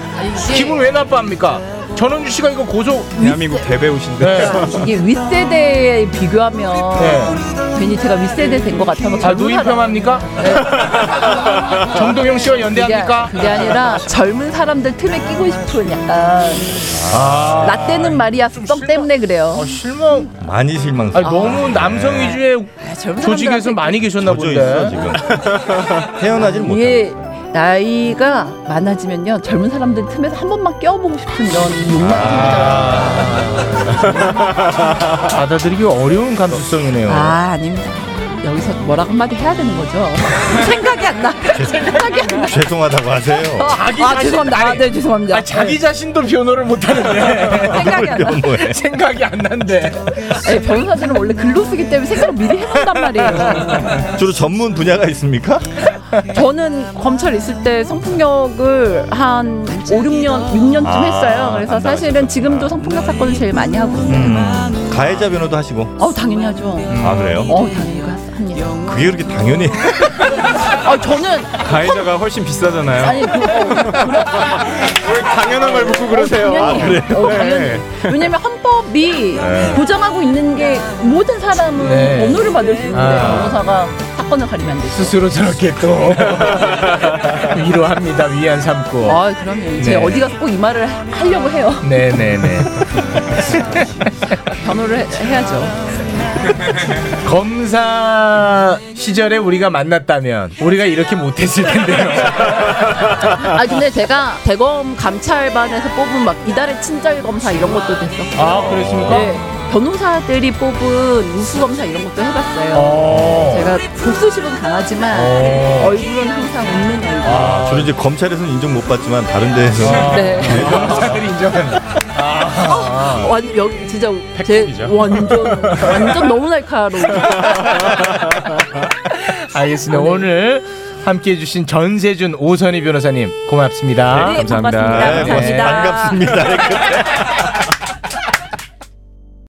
Speaker 4: 기분 왜 나빠합니까? 전원주 씨가 이거 고소 아,
Speaker 16: 대한민국 대배우신데.
Speaker 10: 이게 윗세대에 비교하면
Speaker 4: 네.
Speaker 10: 괜히 제가 윗세대 된 것 같아서
Speaker 4: 아 노인평합니까? 네.
Speaker 10: [laughs]
Speaker 4: 정동영 씨와 연대합니까?
Speaker 10: 그게, 그게 아니라 젊은 사람들 틈에 끼고 싶은 약간
Speaker 4: 아.
Speaker 10: 나 때는 말이야 썩 때문에 그래요.
Speaker 4: 실망.
Speaker 15: 많이 실망스.
Speaker 4: 아니, 너무 남성 위주의 조직에서 많이 계셨나
Speaker 15: 젖어
Speaker 4: 본데.
Speaker 15: 있어,
Speaker 4: [laughs]
Speaker 15: 지금. 태어나질 못해.
Speaker 10: 이게 나이가 많아지면요 젊은 사람들 틈에서 한 번만 껴보고 싶은 이런
Speaker 4: 아.
Speaker 10: 욕망.
Speaker 4: 받아들이기 어려운 감수성이네요.
Speaker 10: 아 아닙니다. 여기서 뭐라 한마디 해야 되는 거죠. [laughs] 생각이 안 나. 생각이 안 나.
Speaker 15: 죄송하다고 하세요.
Speaker 4: 자기
Speaker 10: 아,
Speaker 4: 자신-
Speaker 10: 죄송합니다. 아, 네 죄송합니다. 네.
Speaker 4: 자기 자신도 변호를 못하는데
Speaker 15: [laughs]
Speaker 10: 생각이 안 나.
Speaker 4: [laughs] 생각이 안 난대.
Speaker 10: 네, 변호사들은 원래 글로 쓰기 때문에 생각을 미리 해놓는단 말이에요.
Speaker 15: 주로 전문 분야가 있습니까?
Speaker 10: 저는 검찰 있을 때 성폭력을 한 5, 6년, 6년쯤
Speaker 15: 아,
Speaker 10: 했어요. 그래서
Speaker 15: 안
Speaker 10: 사실은 지금도 성폭력 사건을 제일 많이 하고 있어요.
Speaker 4: 음.
Speaker 15: 가해자 변호도 하시고.
Speaker 10: 어, 당연히 하죠.
Speaker 15: 아 그래요?
Speaker 10: 어, 당연히 합니다.
Speaker 15: 그게 그렇게 당연히
Speaker 10: 아, 저는
Speaker 16: 가해자가 훨씬 비싸잖아요.
Speaker 10: 아니, 그,
Speaker 16: 왜 당연한 걸 묻고 아, 그러세요?
Speaker 10: 당연히. 어, 당연히.
Speaker 16: 네.
Speaker 10: 왜냐면 헌법이
Speaker 16: 네.
Speaker 10: 보장하고 있는 게 모든 사람은
Speaker 4: 네.
Speaker 10: 법률을 받을 수 있는데
Speaker 4: 아.
Speaker 10: 변호사가 사건을 가리면 안 되죠.
Speaker 4: 스스로 저렇게 또 [laughs] 위로합니다. 위안 삼고.
Speaker 10: 아, 그럼요. 이제
Speaker 4: 네.
Speaker 10: 어디 가서 꼭 이 말을 하- 하려고 해요.
Speaker 4: 네네네.
Speaker 10: 변호를 해, 해야죠.
Speaker 4: 검사 시절에 우리가 만났다면 우리가 이렇게 못했을 [laughs] 텐데요.
Speaker 10: 아, 근데 제가 대검 감찰반에서 뽑은 막 이달의 친절 검사 이런 것도 됐었고. 네.
Speaker 4: 아, 그렇습니까?
Speaker 10: 변호사들이 뽑은 우수 검사 이런 것도 해봤어요.
Speaker 4: 어.
Speaker 10: 제가 복수심은 강하지만
Speaker 15: 어.
Speaker 10: 얼굴은 항상 웃는 얼굴.
Speaker 15: 아, 주로 이제 검찰에서는 인정 못 받지만 다른
Speaker 4: 아.
Speaker 15: 데에서는
Speaker 10: 네.
Speaker 4: 검사들이 아, 인정한다.
Speaker 10: 어, 완 여기 진짜 제 완전 완전 너무 날카로운.
Speaker 4: 알겠습니다. 오늘 함께 해주신 전세준 오선희 변호사님 네, 고맙습니다.
Speaker 10: 네, 고맙습니다. 감사합니다.
Speaker 4: 네,
Speaker 10: 반갑습니다.